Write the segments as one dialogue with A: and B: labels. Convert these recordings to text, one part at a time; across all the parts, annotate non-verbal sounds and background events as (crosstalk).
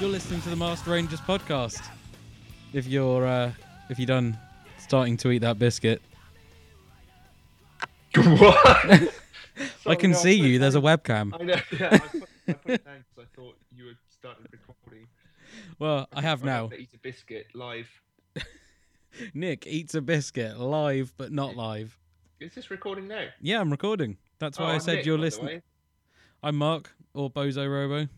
A: You're listening to the Master Rangers podcast. If you're uh, if you're done starting to eat that biscuit,
B: what?
A: I can see you. There's a webcam.
B: I know. Yeah, I put, I put it down 'cause I thought you had started recording.
A: Well, I have
B: I'm
A: now.
B: gonna Eat a biscuit live.
A: Nick eats a biscuit live, but not live.
B: Is this recording now?
A: Yeah, I'm recording. That's why
B: Oh,
A: I
B: I'm
A: said
B: Nick,
A: you're
B: by the
A: listening.
B: way.
A: I'm Mark or Bozo Robo.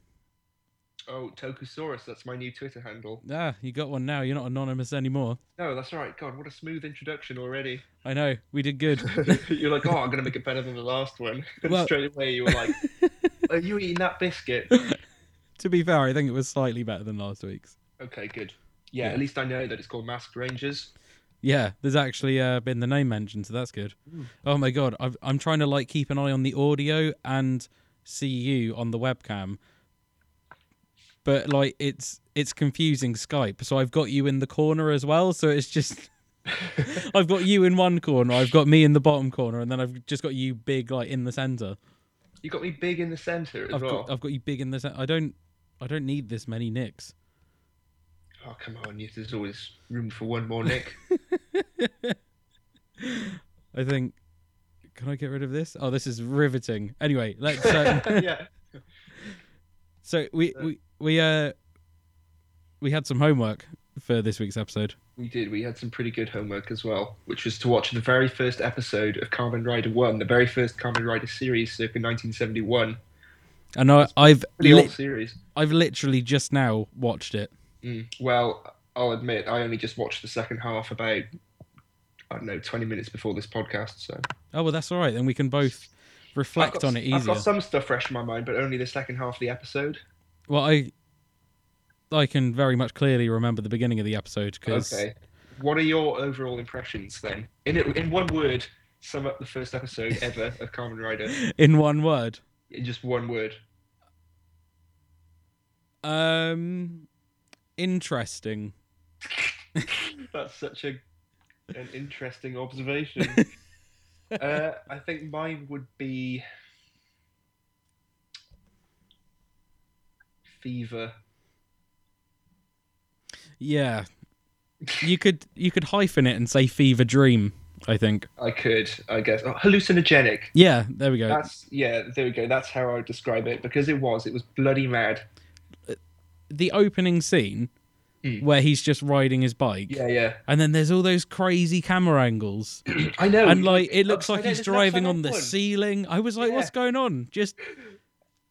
B: Oh, Tokusaurus. That's my new Twitter handle.
A: Ah, you got one now. You're not anonymous anymore.
B: No, that's all right. God, what a smooth introduction already.
A: I know. We did
B: (laughs)
A: good.
B: You're like, oh, I'm gonna make it better than the last one. (laughs) And
A: Well-
B: straight away you were
A: (laughs)
B: like, are you eating that biscuit?
A: to be fair, I think it was slightly better than last week's.
B: Okay, good. Yeah,
A: Yeah.
B: at least I know that it's called Masked Rangers.
A: Yeah, there's actually uh, been the name mentioned, so that's good.
B: Mm.
A: Oh my god, I've, I'm trying to like keep an eye on the audio and see you on the webcam, but like it's it's confusing Skype. So I've got you in the corner as well, so it's just I've got you in one corner, I've got me in the bottom corner, and then I've just got you big like in the center.
B: You got me big in the center as
A: I've
B: well.
A: got I've got you big in the center. I don't I don't need this many nicks.
B: Oh come on, yes, there's always room for one more Nick.
A: (laughs) I think. Can I get rid of this? Oh, this is riveting. Anyway, let's. Um,
B: (laughs) yeah.
A: So we
B: Uh,
A: we we uh we had some homework for this week's episode.
B: We did. We had some pretty good homework as well, which was to watch the very first episode of Carmen Rider 1, the very first Carmen Rider series circa 1971.
A: And I, I've
B: Pretty
A: li-
B: old series.
A: I've literally just now watched it.
B: Mm. Well, I'll admit, I only just watched the second half about, I don't know, 20 minutes before this podcast. So
A: Oh well, that's all right. Then we can both
B: I've
A: reflect
B: got-
A: on it
B: I've
A: easier.
B: got some stuff fresh in my mind, but only the second half of the episode.
A: Well, I I can very much clearly remember the beginning of the episode because
B: Okay. What are your overall impressions then? In, in one word, sum up the first episode ever of Carmen Rider
A: (laughs) in one word,
B: in just one word.
A: um, interesting.
B: That's such a an
A: (laughs)
B: interesting observation. uh, I think mine would be fever. (laughs)
A: Yeah, you could you could hyphen it and say fever dream. I think.
B: I could, I guess, oh, hallucinogenic.
A: Yeah, there we go.
B: That's yeah. There we go. That's how I would describe it because it was. It was bloody mad.
A: the opening scene
B: Mm.
A: where he's just riding his bike.
B: Yeah, Oh, yeah.
A: And then there's all those crazy camera angles.
B: I know.
A: and like it looks like
B: upside
A: he's
B: down, it's an
A: driving
B: upside
A: on the
B: down one.
A: ceiling. I was like,
B: Yeah.
A: what's going on? Just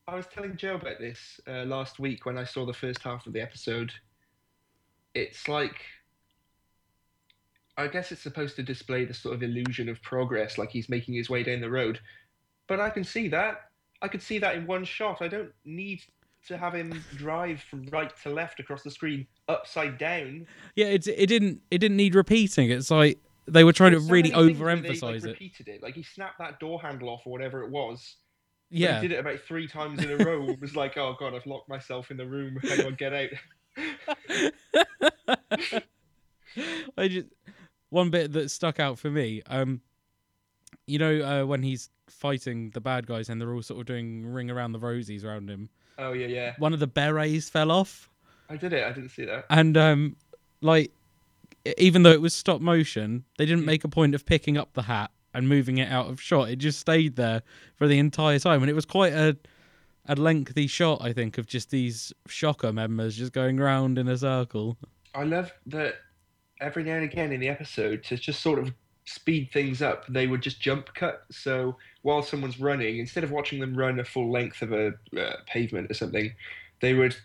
B: I was telling Joe about this uh, last week when I saw the first half of the episode. It's like, I guess it's supposed to display the sort of illusion of progress, like he's making his way down the road. But I can see that. I could see that in one shot. I don't need to have him drive from right to left across the screen upside down.
A: yeah, it it didn't it didn't need repeating. It's like they were trying to
B: There's so
A: really
B: many things where they,
A: overemphasize
B: like,
A: it.
B: Repeated it, like he snapped that door handle off or whatever it was. but
A: Yeah.
B: he did it about three times in a row. and was like, oh god, I've locked myself in the room. How do I get out?
A: I just one bit that stuck out for me. Um, you know uh, when he's fighting the bad guys and they're all sort of doing ring around the rosies around him.
B: Oh yeah, yeah.
A: One of the berets fell off,
B: I did it. I didn't see that.
A: and um, like e- even though it was stop motion, they didn't
B: Mm.
A: make a point of picking up the hat and moving it out of shot. It just stayed there for the entire time, and it was quite a a lengthy shot, I think, of just these shocker members just going round in a circle.
B: I love that every now and again in the episode to just sort of speed things up, they would just jump cut. So while someone's running, instead of watching them run a full length of a uh, pavement or something, they would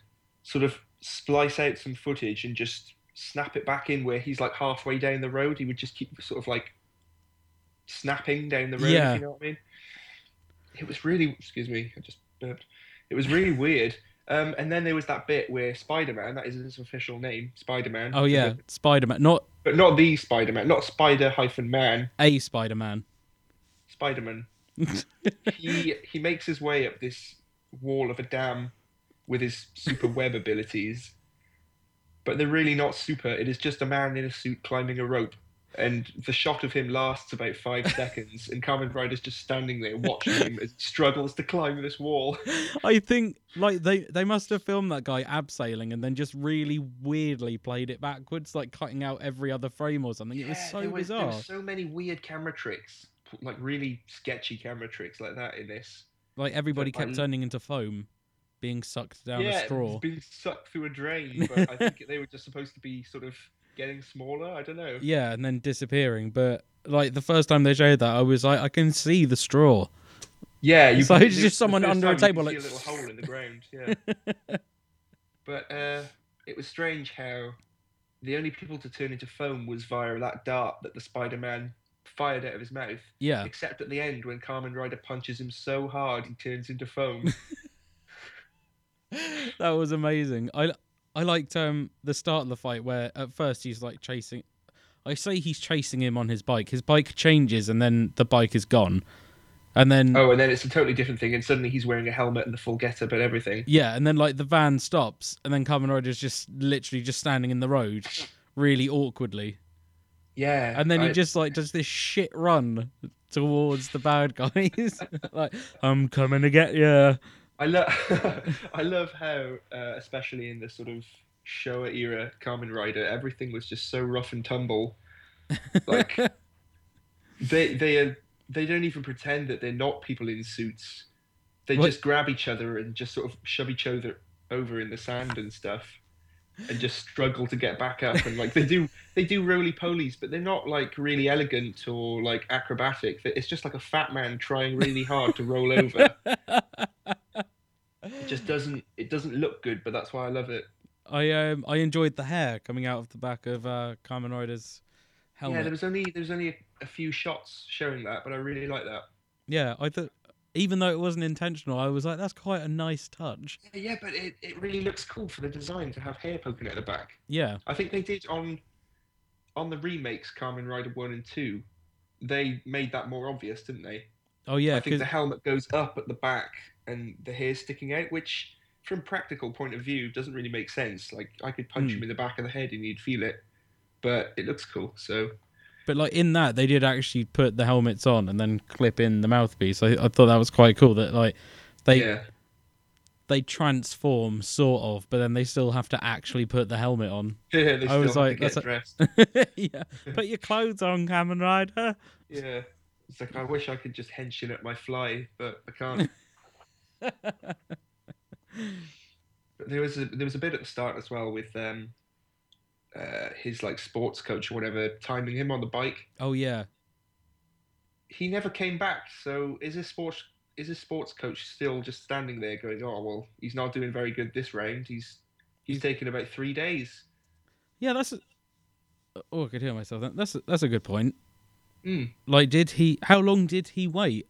B: sort of splice out some footage and just snap it back in where he's like halfway down the road. He would just keep sort of like snapping down the road.
A: Yeah.
B: If you know what I mean? It was really. Excuse me. I just burped. It was really weird. Um, and then there was that bit where Spider-Man, that is his official name, Spider-Man.
A: Oh
B: (laughs)
A: yeah, Spider Man, not
B: But not the Spider Man, not Spider hyphen Man,
A: a Spider
B: (laughs)
A: Man. (laughs)
B: Spider Man. he he makes his way up this wall of a dam with his
A: (laughs)
B: super web abilities. But they're really not super. It is just a man in a suit climbing a rope. and the shot of him lasts about five
A: (laughs)
B: seconds, and Carmen Ryder's just standing there watching him as he struggles to climb this wall.
A: I think like they they must have filmed that guy abseiling and then just really weirdly played it backwards, like cutting out every other frame or something. it was so
B: there was, there
A: bizarre.
B: was so many weird camera tricks, like really sketchy camera tricks like that in this.
A: Like everybody kept
B: I-
A: turning into foam, being sucked down
B: yeah,
A: a straw.
B: it's being sucked through
A: (laughs)
B: a drain. But I think they were just supposed to be sort of getting smaller. I don't know.
A: Yeah, and then disappearing. But like the first time they showed that, I was like, I can see the straw.
B: Yeah, you
A: So
B: can-
A: it's
B: the-
A: just
B: the
A: someone
B: first
A: under a
B: time you
A: table,
B: can
A: like-
B: see a little hole in
A: (laughs)
B: the ground. Yeah, but uh, it was strange how the only people to turn into foam was via that dart that the Spider-Man fired out of his mouth. (laughs)
A: Yeah,
B: Except at the end when Carmen Ryder punches him so hard he turns into foam.
A: that was amazing. I I liked um the start of the fight where at first he's like chasing. I say he's chasing him on his bike. His bike changes and then the bike is gone, and then
B: oh, and then it's a totally different thing, and suddenly he's wearing a helmet and the full getup and everything.
A: yeah, and then like the van stops and then Carmen Ryder's just literally just standing in the road, really awkwardly,
B: Yeah,
A: and then
B: I-
A: he just like does this shit run towards the bad (laughs) guys, like I'm coming to get you.
B: I love, (laughs) I love how, uh, especially in the sort of Showa era Carmen Rider, everything was just so rough and tumble. Like they, they are, they don't even pretend that they're not people in suits. They
A: What-
B: just grab each other and just sort of shove each other over in the sand and stuff, and just struggle to get back up. And like they do, they do roly polies, but they're not like really elegant or like acrobatic. It's just like a fat man trying really hard to roll over it just doesn't it doesn't look good but that's why i love it
A: I um I enjoyed the hair coming out of the back of uh Carmen Ryder's helmet.
B: yeah
A: Yeah,
B: there was only there was only a, a few shots showing that but i really like that
A: I thought even though it wasn't intentional, I was like, that's quite a nice touch.
B: yeah, yeah but it, it really looks cool for the design to have hair poking out the back
A: Yeah,
B: i think they did on on the remakes carmen rider 1 and 2 they made that more obvious didn't they
A: oh yeah,
B: i think
A: 'cause-
B: the helmet goes up at the back and the hair sticking out which from practical point of view doesn't really make sense like i could punch
A: Hmm.
B: him in the back of the head and you'd feel it but it looks cool so
A: but like in that they did actually put the helmets on and then clip in the mouthpiece. I, I thought that was quite cool that like they
B: yeah (laughs)
A: they transform sort of, but then they still have to actually put the helmet on.
B: yeah
A: I
B: they still
A: was
B: have to
A: like,
B: get
A: that's a-
B: dressed
A: (laughs) yeah, put your clothes on, Carmen Ryder. (laughs)
B: Yeah. It's like I wish I could just hench in at my fly, but
A: (laughs)
B: I can't. But there was a there was a bit at the start as well with um uh his like sports coach or whatever timing him on the bike.
A: Oh yeah,
B: He never came back, so is his sports is his sports coach still just standing there going, Oh well, he's not doing very good this round. He's he's taken about three days.
A: Yeah, that's. A... Oh, I could hear myself. Then. That's a, that's a good point.
B: Mm.
A: Like, did he? How long did he wait?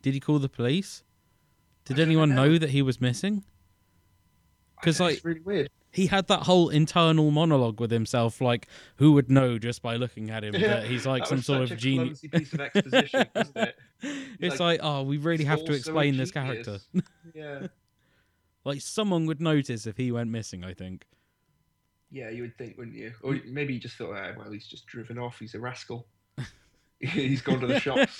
A: Did he call the police? Did
B: I don't
A: anyone
B: know.
A: know that he was missing?
B: I
A: 'Cause,
B: know,
A: like-
B: it's really weird.
A: He had that whole internal monologue with himself, like, who would know just by looking
B: (laughs)
A: at him that he's like
B: That
A: some
B: was
A: sort
B: such
A: of
B: a
A: genius?
B: clumsy piece of exposition,
A: (laughs)
B: wasn't it?
A: It's like,
B: like,
A: oh, we really
B: He's
A: have to
B: also a
A: explain this
B: genius.
A: character. (laughs)
B: Yeah.
A: Like, someone would notice if he went missing. I think.
B: Yeah, you would think, wouldn't you? Or maybe you just thought, ah, well, he's just driven off. He's a rascal. he's gone to the shops.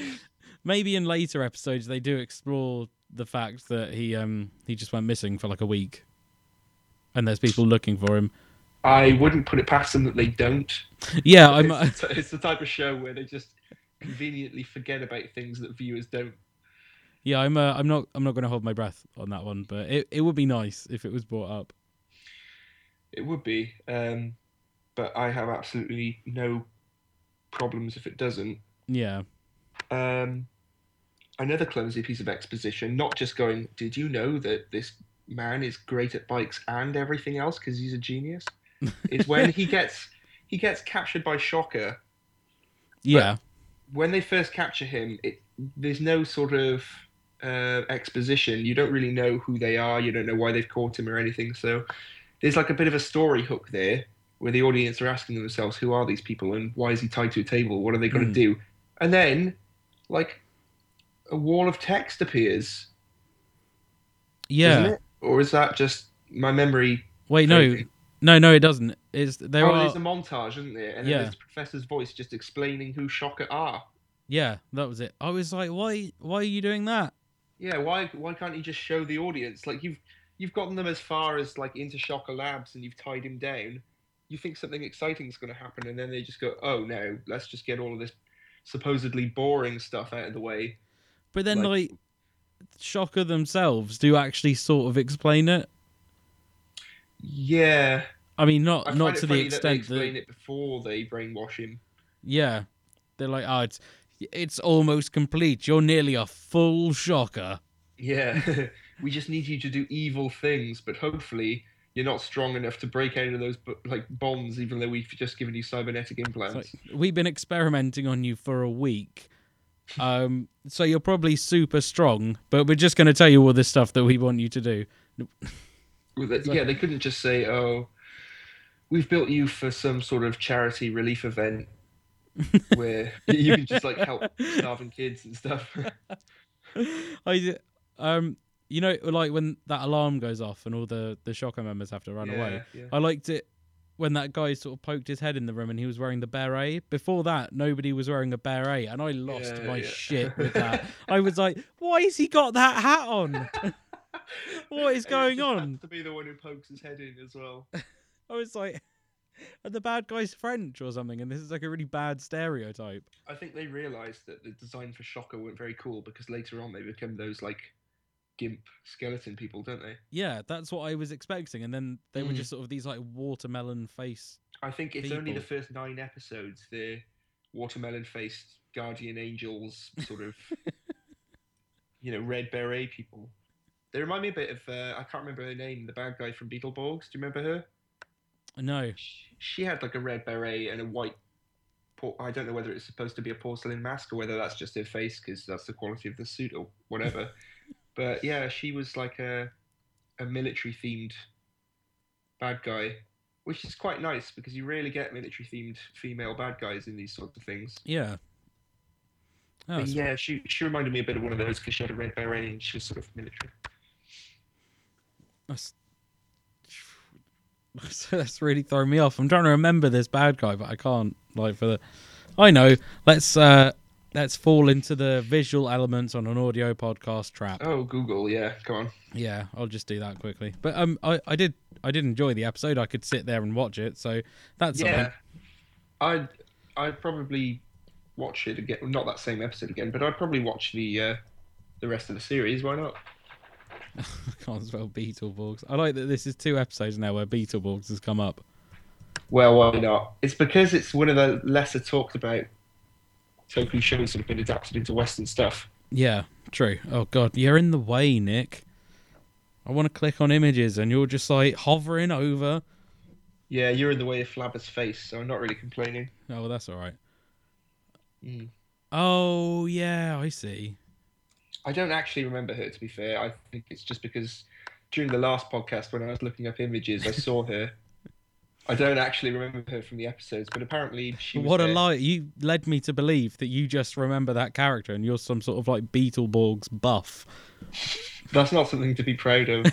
A: (laughs) Maybe in later episodes they do explore the fact that he um he just went missing for like a week, and there's people looking for him.
B: I wouldn't put it past them that they don't. (laughs)
A: Yeah, I'm. (laughs)
B: it's, it's the type of show where they just conveniently forget about things that viewers don't.
A: yeah, I'm. Uh, I'm not. I'm not going to hold my breath on that one, but it, it would be nice if it was brought up.
B: It would be, um, but I have absolutely no problems if it doesn't.
A: Yeah,
B: Um, another clumsy piece of exposition, not just going, did you know that this man is great at bikes and everything else because he's a genius? is when he gets he gets captured by Shocker.
A: yeah,
B: When they first capture him, it, there's no sort of uh, exposition. You don't really know who they are. You don't know why they've caught him or anything. So there's like a bit of a story hook there where the audience are asking themselves, who are these people and why is he tied to a table? What are they going to
A: Mm.
B: do? And then, like, a wall of text appears.
A: yeah.
B: Isn't it? Or is that just my memory?
A: Wait, no,
B: fading?
A: No, no, it doesn't. It's there
B: oh,
A: are
B: there's a montage, isn't there? And then
A: Yeah.
B: there's Professor's voice just explaining who Shocker are.
A: yeah, that was it. I was like, why, why are you doing that?
B: Yeah, why why can't you just show the audience? Like you've you've gotten them as far as like into Shocker Labs and you've tied him down. You think something exciting's going to happen, and then they just go, "Oh no, let's just get all of this supposedly boring stuff out of the way."
A: But then
B: Like-
A: like, Shocker themselves do actually sort of explain it.
B: Yeah,
A: I mean, not
B: I
A: not
B: find
A: to
B: it
A: the
B: funny that they
A: extent that,
B: explain it before they brainwash him.
A: yeah, they're like, oh, it's it's almost complete. You're nearly a full Shocker.
B: Yeah, (laughs) we just need you to do evil things, but hopefully you're not strong enough to break out of those bo- like bonds, even though we've just given you cybernetic implants.
A: It's like, we've been experimenting on you for a week. Um, so you're probably super strong, but we're just going to tell you all this stuff that we want you to do. (laughs)
B: Well, that-
A: like-
B: yeah, they couldn't just say, "Oh, we've built you for some sort of charity
A: (laughs)
B: relief event where you can just like help starving kids and stuff."
A: I, um, you know, like when that alarm goes off and all the the shocker members have to run away.
B: (laughs) Yeah, yeah.
A: I liked it when that guy sort of poked his head in the room and he was wearing the beret. Before that, nobody was wearing a beret, and I lost
B: Yeah,
A: my
B: yeah.
A: shit with that. I was like, "Why has he got that hat on?" (laughs) What is
B: And it
A: going
B: just
A: on?
B: happens To be the one who pokes his head in as well.
A: I was like, (laughs) "Are the bad guys French or something?" And this is like a really bad stereotype.
B: I think they realised that the design for Shocker weren't very cool because later on they become those like gimp skeleton people, don't they?
A: Yeah, that's what I was expecting, and then they were
B: Mm.
A: just sort of these like watermelon face.
B: I think it's only the
A: People.
B: first nine episodes. They're watermelon faced guardian angels, sort of, you know, red beret people. They remind me a bit of, uh, I can't remember her name, the bad guy from Beetleborgs. Do you remember her?
A: No,
B: Sh- She had like a red beret and a white. Por- I don't know whether it's supposed to be a porcelain mask or whether that's just her face because that's the quality of the suit or whatever. but yeah, she was like a a military themed bad guy, which is quite nice because you rarely get military themed female bad guys in these sorts of things.
A: yeah. Oh,
B: but
A: it's-
B: yeah, she she reminded me a bit of one of those because she had a red beret and she was sort of military.
A: That's, (laughs) So that's really throwing me off. I'm trying to remember this bad guy, but I can't. Like for the, I know. Let's uh, let's fall into the visual elements on an audio podcast trap.
B: Oh, Google, yeah, come on.
A: Yeah, I'll just do that quickly. But um, I, I did I did enjoy the episode. I could sit there and watch it. So that's
B: Yeah,
A: something.
B: I'd I'd probably watch it again. Not that same episode again, but I'd probably watch the uh, the rest of the series. Why not?
A: (laughs) I can't spell Beetleborgs. I like that this is two episodes now where Beetleborgs has come up.
B: Well, why not? It's because it's one of the lesser talked about Toku shows that have been adapted into Western stuff.
A: Yeah, true. Oh god, you're in the way, Nick. I want to click on images, and you're just like hovering over.
B: Yeah, you're in the way of Flabber's face, so I'm not really complaining.
A: Oh, well, that's all right.
B: Mm.
A: Oh yeah, I see.
B: I don't actually remember her, to be fair. I think it's just because during the last podcast, when I was looking up images, I saw her. I don't actually remember her from the episodes, but apparently she was
A: what a
B: there.
A: lie! You led me to believe that you just remember that character, and you're some sort of like Beetleborgs buff.
B: That's not something to be proud of.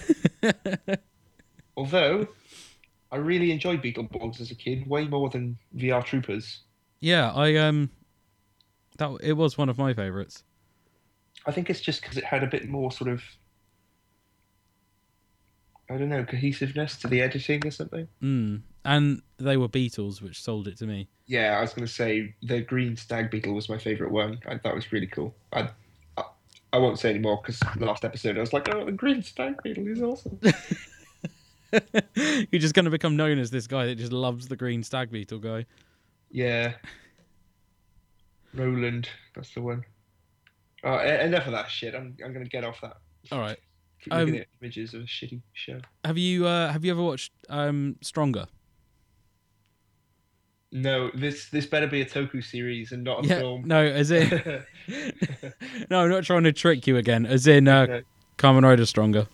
B: Although, I really enjoyed Beetleborgs as a kid, way more than VR Troopers.
A: Yeah, I um, that it was one of my favorites.
B: I think it's just because it had a bit more sort of, I don't know, cohesiveness to the editing or something.
A: Mm. And they were Beatles, which sold it to me. (laughs)
B: Yeah, I was going to say the green stag beetle was my favourite one. I, that was really cool. I, I, I won't say any more because the last episode I was like, oh, the green stag beetle is awesome.
A: You're just going to become known as this guy that just loves the green stag beetle guy.
B: Yeah. Roland, that's the one. Oh, e- enough of that shit. I'm I'm gonna get off that.
A: All right.
B: Keep looking
A: Um,
B: at images of a shitty show.
A: Have you uh, have you ever watched um, Stronger?
B: No, this this better be a Toku series and not a film.
A: No, as
B: (laughs)
A: in (laughs) no, I'm not trying to trick you again. As in uh, Kamen Rider Stronger.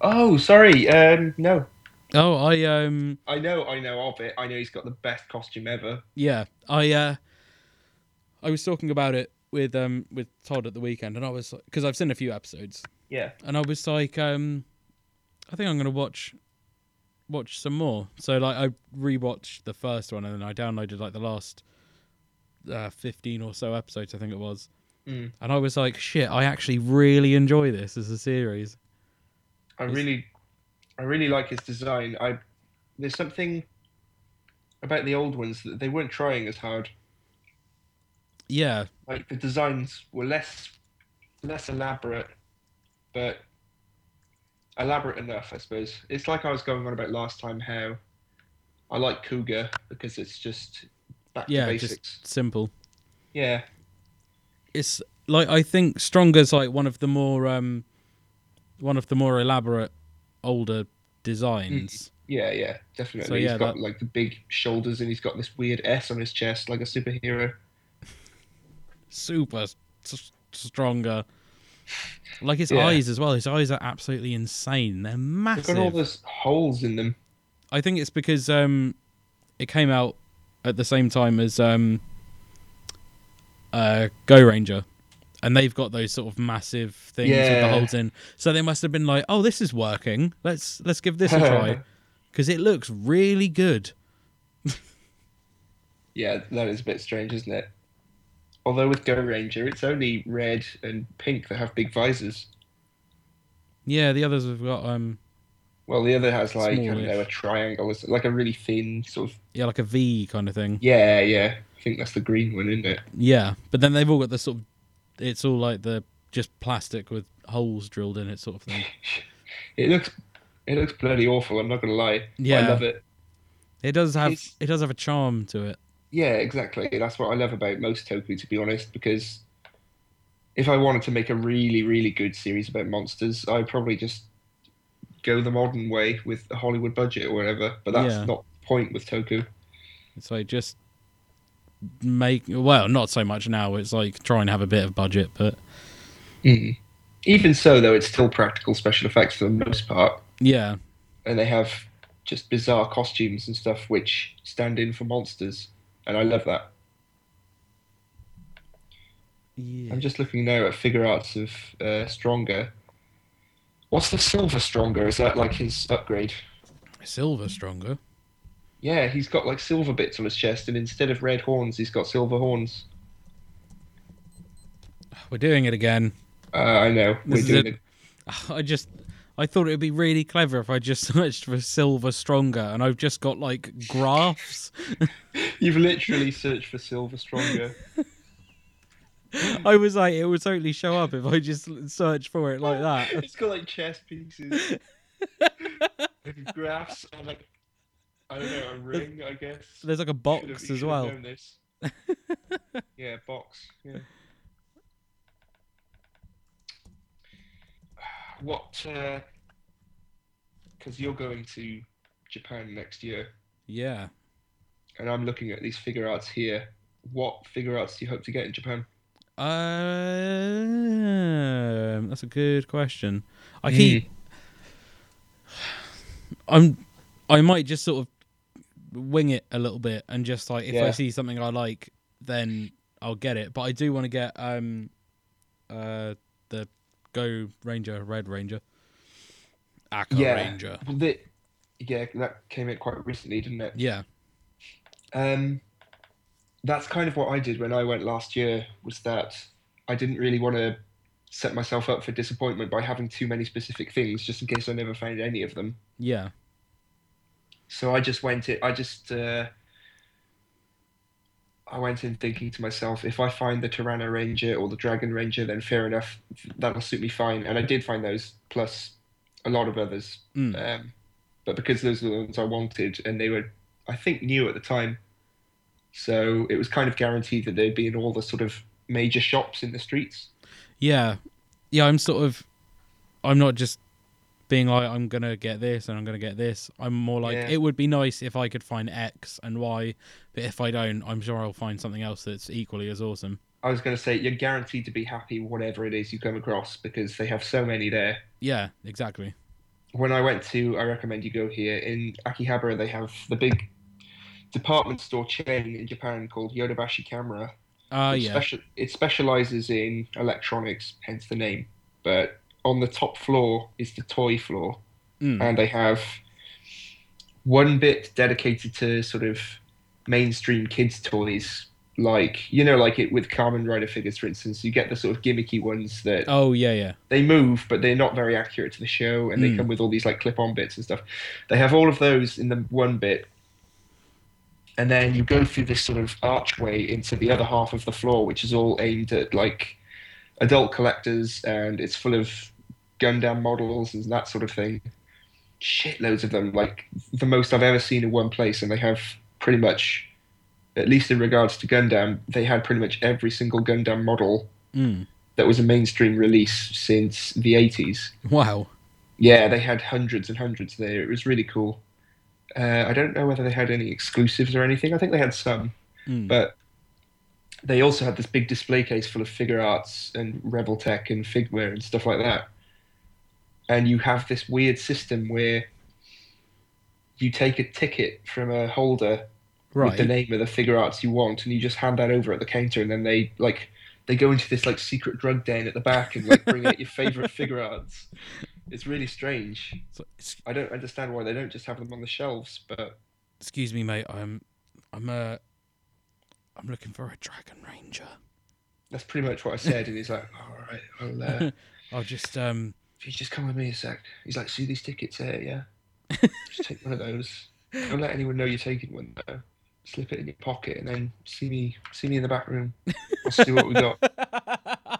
B: oh, sorry. Um, no,
A: Oh, I um
B: I know, I know of it. I know he's got the best costume ever.
A: yeah i uh i was talking about it with um with todd at the weekend and i was because i've seen a few episodes
B: Yeah.
A: and i was like um i think i'm gonna watch watch some more. So like I rewatched the first one and then I downloaded like the last uh, 15 or so episodes I think it was.
B: Mm.
A: And I was like, shit, I actually really enjoy this as a series.
B: I
A: It's-
B: really, I really like his design. I there's something about the old ones that they weren't trying as hard.
A: Yeah,
B: Like the designs were less, less elaborate, but elaborate enough, I suppose. It's like I was going on about last time how I like Cougar because it's just back
A: yeah,
B: to basics.
A: just simple.
B: Yeah,
A: it's like I think Stronger's like one of the more um one of the more elaborate older designs.
B: yeah, yeah, definitely.
A: So, yeah,
B: he's got
A: that-
B: like the big shoulders and he's got this weird S on his chest, like a superhero.
A: Super s- stronger. Like his
B: Yeah.
A: eyes as well. His eyes are absolutely insane. They're
B: They've got all
A: massive.
B: those holes in them.
A: I think it's because um it came out at the same time as um uh Go Ranger. And they've got those sort of massive things with
B: Yeah.
A: the holes in. So they must have been like, "Oh, this is working. Let's let's give this a
B: (laughs)
A: try." Cuz it looks really good.
B: Yeah, that is a bit strange, isn't it? Although with Go Ranger, it's only red and pink that have big visors.
A: Yeah, the others have got um
B: Well, the other has like I don't know a
A: Smallish.
B: triangle, or s- like a really thin sort of.
A: yeah, like a V kind of thing.
B: Yeah, yeah. I think that's the green one, isn't it?
A: Yeah. But then they've all got the sort of it's all like the just plastic with holes drilled in it sort of
B: (laughs)
A: thing.
B: It looks, it looks bloody awful. I'm not gonna lie. But
A: Yeah.
B: I love it.
A: It does have
B: It's-
A: it does have a charm to it.
B: Yeah, exactly. That's what I love about most Toku, to be honest. Because if I wanted to make a really, really good series about monsters, I'd probably just go the modern way with a Hollywood budget or whatever. But that's
A: Yeah.
B: not the point with Toku.
A: It's like just make well, not so much now. It's like try and have a bit of budget, but
B: Mm. Even so, though, it's still practical special effects for the most part,
A: yeah,
B: and they have just bizarre costumes and stuff which stand in for monsters, and I love that.
A: yeah.
B: I'm just looking now at figure arts of uh, Stronger. What's the Silver Stronger? Is that like his upgrade?
A: Silver stronger.
B: Yeah, he's got like silver bits on his chest, and instead of red horns, he's got silver horns.
A: We're doing it again.
B: Uh, I know.
A: This
B: We're
A: is
B: doing
A: it.
B: it.
A: I just I thought it would be really clever if I just (laughs) searched for silver stronger, and I've just got like graphs.
B: You've literally searched for Silver Stronger.
A: I was like, it would totally show up if I just search for it (laughs) like
B: (laughs)
A: that.
B: it's got like chess pieces,
A: (laughs)
B: and graphs, and like I don't know, a ring, I guess.
A: There's like a
B: Should've-
A: box
B: you
A: as
B: should've
A: well.
B: known this. (laughs) yeah, box. Yeah. What? Because you're going to Japan next year,
A: Yeah.
B: and I'm looking at these figure arts here. What figure arts do you hope to get in Japan?
A: Um, that's a good question. I
B: Hmm.
A: keep. I'm. I might just sort of wing it a little bit and just like if I
B: Yeah.
A: see something I like, then I'll get it. But I do want to get um, uh, the Go Ranger, Red Ranger, Aka
B: Yeah.
A: Ranger.
B: The, yeah, that came out quite recently, didn't it?
A: Yeah.
B: Um, that's kind of what I did when I went last year. Was that I didn't really want to set myself up for disappointment by having too many specific things, just in case I never found any of them.
A: Yeah.
B: So I just went it. I just uh, I went in thinking to myself, if I find the Tirana Ranger or the Dragon Ranger, then fair enough, that'll suit me fine. And I did find those, plus a lot of others.
A: Mm.
B: Um, but because those were the ones I wanted, and they were, I think, new at the time, so it was kind of guaranteed that they'd be in all the sort of major shops in the streets.
A: Yeah. Yeah, I'm sort of I'm not just being like I'm going to get this and I'm going to get this. I'm more like
B: Yeah.
A: it would be nice if I could find X and Y, but if I don't, I'm sure I'll find something else that's equally as awesome.
B: I was going to say you're guaranteed to be happy whatever it is you come across because they have so many there.
A: Yeah, exactly.
B: when I went to, I recommend you go here in Akihabara. They have the big department store chain in Japan called Yodobashi Camera.
A: Ah,
B: it,
A: yeah.
B: special- it specializes in electronics, hence the name. But on the top floor is the toy floor,
A: Mm.
B: and they have one bit dedicated to sort of mainstream kids toys, like you know, like it with Carmen Rider figures, for instance. You get the sort of gimmicky ones that
A: Oh yeah, yeah.
B: they move, but they're not very accurate to the show, and they
A: Mm.
B: come with all these like clip-on bits and stuff. They have all of those in the one bit, and then you go through this sort of archway into the other half of the floor, which is all aimed at like adult collectors, and it's full of Gundam models and that sort of thing. Shitloads of them, like the most I've ever seen in one place, and they have pretty much, at least in regards to Gundam, they had pretty much every single Gundam model
A: Mm.
B: that was a mainstream release since the 80s.
A: Wow.
B: Yeah, they had hundreds and hundreds there. It was really cool. Uh, I don't know whether they had any exclusives or anything. I think they had some,
A: Mm.
B: but they also had this big display case full of figure arts and Rebel Tech and Figma and stuff like that. And you have this weird system where you take a ticket from a holder with the
A: right.
B: name of the figure arts you want, and you just hand that over at the counter, and then they like they go into this like secret drug den at the back and like bring out your favorite figure arts. It's really strange.
A: So, ex-
B: I don't understand why they don't just have them on the shelves, but
A: excuse me, mate. I'm, I'm uh, I'm looking for a Dragon Ranger.
B: that's pretty much what I said. And he's like, "All right, well, uh,
A: I'll just um,
B: if you just come with me a sec." He's like, "See these tickets here, yeah? Just take one of those. Don't let anyone know you're taking one though. Slip it in your pocket, and then see me, see me in the back room. I'll see what we got."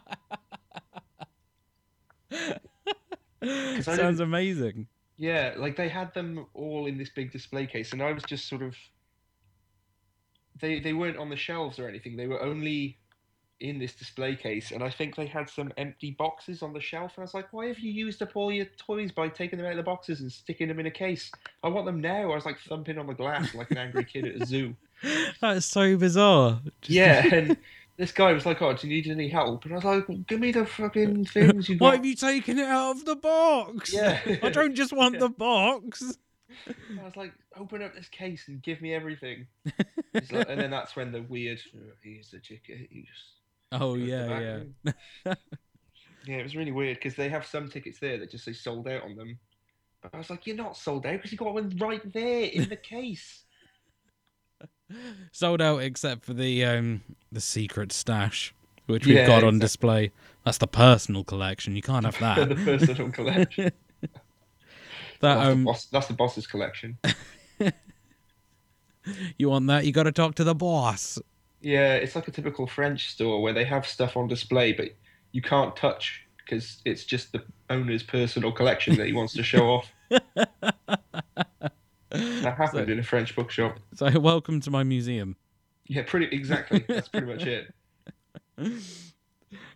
B: I
A: Sounds amazing.
B: Yeah, like they had them all in this big display case, and I was just sort of. They they weren't on the shelves or anything. They were only in this display case, and I think they had some empty boxes on the shelf. And I was like, "Why have you used up all your toys by taking them out of the boxes and sticking them in a case? I want them now." I was like thumping on the glass like an angry kid at a zoo.
A: That is so bizarre. (laughs) Just- (laughs)
B: Yeah, and this guy was like, "Oh, do you need any help?" And I was like, well, "Give me the fucking things you
A: Why
B: got."
A: have you taken it out of the box?
B: yeah,
A: (laughs) I don't just want
B: Yeah.
A: the box.
B: I was like, open up this case and give me
A: (laughs)
B: everything. He's like- and then that's when the weird, "Oh, here's the ticket. You just
A: Oh
B: go to the back
A: yeah, (laughs)
B: room." yeah, it was really weird because they have some tickets there that just say sold out on them. But I was like, you're not sold out because you got one right there in
A: (laughs)
B: the case. (laughs)
A: yeah. Sold out except for the um the secret stash, which
B: Yeah,
A: we've got on
B: exactly.
A: display. That's the personal collection. You can't have
B: (laughs) They're the
A: that.
B: personal collection.
A: that
B: That's, the
A: um,
B: boss, that's the boss's collection.
A: you want that? You got to talk to the boss.
B: Yeah, it's like a typical French store where they have stuff on display, but you can't touch because it's just the owner's personal collection that he wants to show off. That happened in a French bookshop.
A: So (laughs) welcome to my museum.
B: Yeah, pretty exactly. That's pretty much it.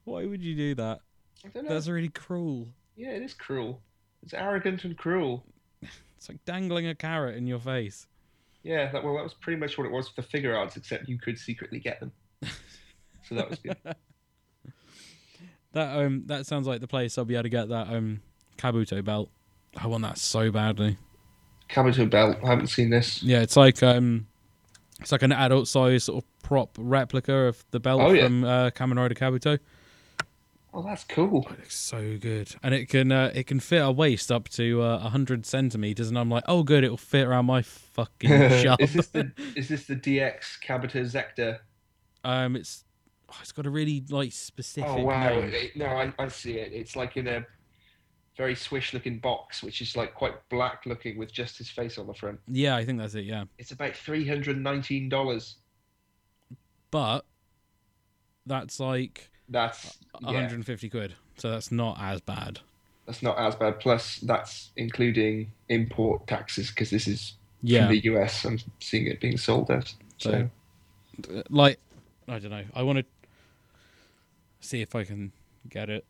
A: Why would you do that?
B: I don't know.
A: That's really cruel.
B: Yeah, it is cruel. It's arrogant and cruel.
A: It's like dangling a carrot in your face.
B: Yeah, that, well, that was pretty much what it was for the figure arts, except you could secretly get them. So that was good.
A: That um, that sounds like the place I'll be able to get that um, Kabuto belt. I want that so badly.
B: Kabuto belt. I haven't seen this.
A: Yeah, it's like um, it's like an adult size sort of prop replica of the belt
B: Oh, yeah.
A: from uh, Kamen Rider Kabuto.
B: Oh, that's cool.
A: It looks so good, and it can uh, it can fit a waist up to uh, hundred centimeters, and I'm like, oh, good, it'll fit around my fucking
B: (laughs)
A: shelf.
B: is this the is this the DX Kabuto Zector?
A: Um, it's oh, it's got a really like specific.
B: Oh wow!
A: name.
B: It- no, I, I see it. It's like in a very swish-looking box, which is like quite black-looking with just his face on the front.
A: Yeah, I think that's it. Yeah,
B: It's about three hundred nineteen dollars.
A: but that's like
B: That's yeah,
A: 150 quid, so that's not as bad.
B: that's not as bad. Plus, that's including import taxes because this is
A: Yeah,
B: from the US. I'm seeing it being sold at. So,
A: So- like I don't know. I want to see if I can get it.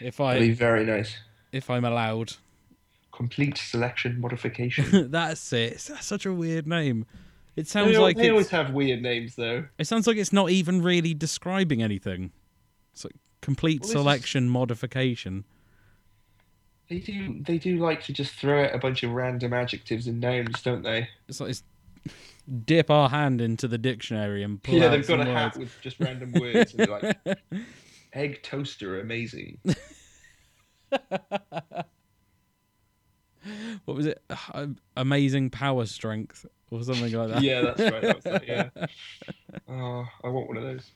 A: If
B: it'll be
A: I
B: very nice.
A: if I'm allowed. (laughs)
B: Complete selection modification.
A: that's it. It's such a weird name. It sounds
B: they al-
A: like
B: they always
A: it's,
B: have weird names though.
A: it sounds like it's not even really describing anything. It's like complete
B: Well, this is-
A: selection modification.
B: They do. They do like to just throw out a bunch of random adjectives and names, don't they?
A: It's like it's dip our hand into the dictionary and pull
B: (laughs) yeah,
A: out
B: they've got
A: some
B: a hat
A: words.
B: with just random words and they're like
A: (laughs)
B: egg toaster amazing.
A: What was it? um, amazing power strength or something like
B: (laughs)
A: that.
B: Yeah, that's right. That was it, yeah. Oh, I want one of those.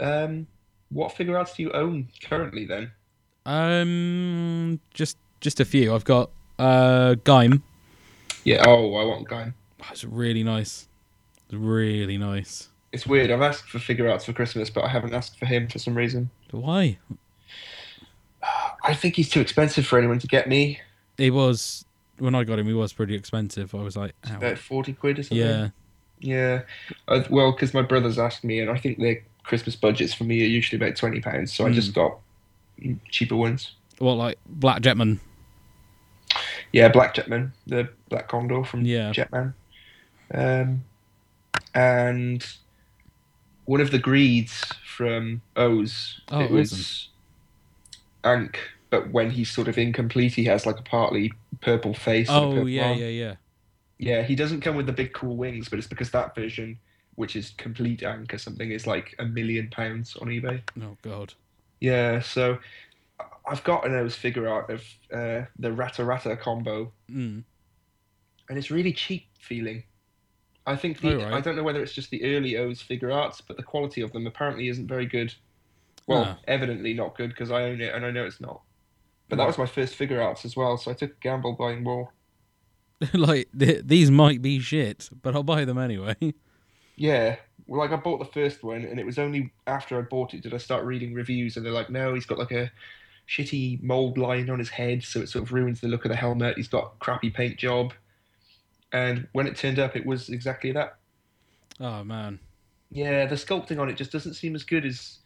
B: Um, what figure arts do you own currently then?
A: Um, just just a few. I've got uh Gaim.
B: Yeah. Oh, I want Gaim.
A: That's really nice. It's really nice.
B: It's weird. I've asked for figure arts for Christmas, but I haven't asked for him for some reason.
A: Why?
B: I think he's too expensive for anyone to get me.
A: It was when I got him. He was pretty expensive. I was like, "Ow."
B: About forty quid or something.
A: yeah,
B: Yeah. I, well, because my brothers asked me, and I think their Christmas budgets for me are usually about twenty pounds, so I just
A: Hmm.
B: got cheaper ones.
A: well, like Black Jetman.
B: Yeah, Black Jetman, the Black Condor from
A: Yeah.
B: Jetman, um, and one of the greeds from O's.
A: Oh,
B: it was Ankh, but when he's sort of incomplete, he has like a partly purple face. and a
A: Oh
B: purple
A: yeah,
B: arm.
A: yeah, yeah.
B: Yeah, he doesn't come with the big cool wings, but it's because that version, which is complete Ankh or something, is like a million pounds on eBay.
A: Oh god.
B: Yeah, so I- I've got an O's figure art of uh, the Rata Rata combo,
A: Mm. (laughs)
B: and it's really cheap feeling. I think the,
A: Alright.
B: I don't know whether it's just the early O's figure arts, but the quality of them apparently isn't very good. Well,
A: Ah.
B: evidently not good because I own it and I know it's not. But that was my first figure arts as well, so I took a gamble buying more.
A: like th- these might be shit, but I'll buy them anyway.
B: Yeah. Well, like I bought the first one, and it was only after I bought it did I start reading reviews, and they're like, no, he's got like a shitty mold line on his head, so it sort of ruins the look of the helmet. He's got crappy paint job. And when it turned up, it was exactly that.
A: (laughs) oh man.
B: Yeah, the sculpting on it just doesn't seem as good as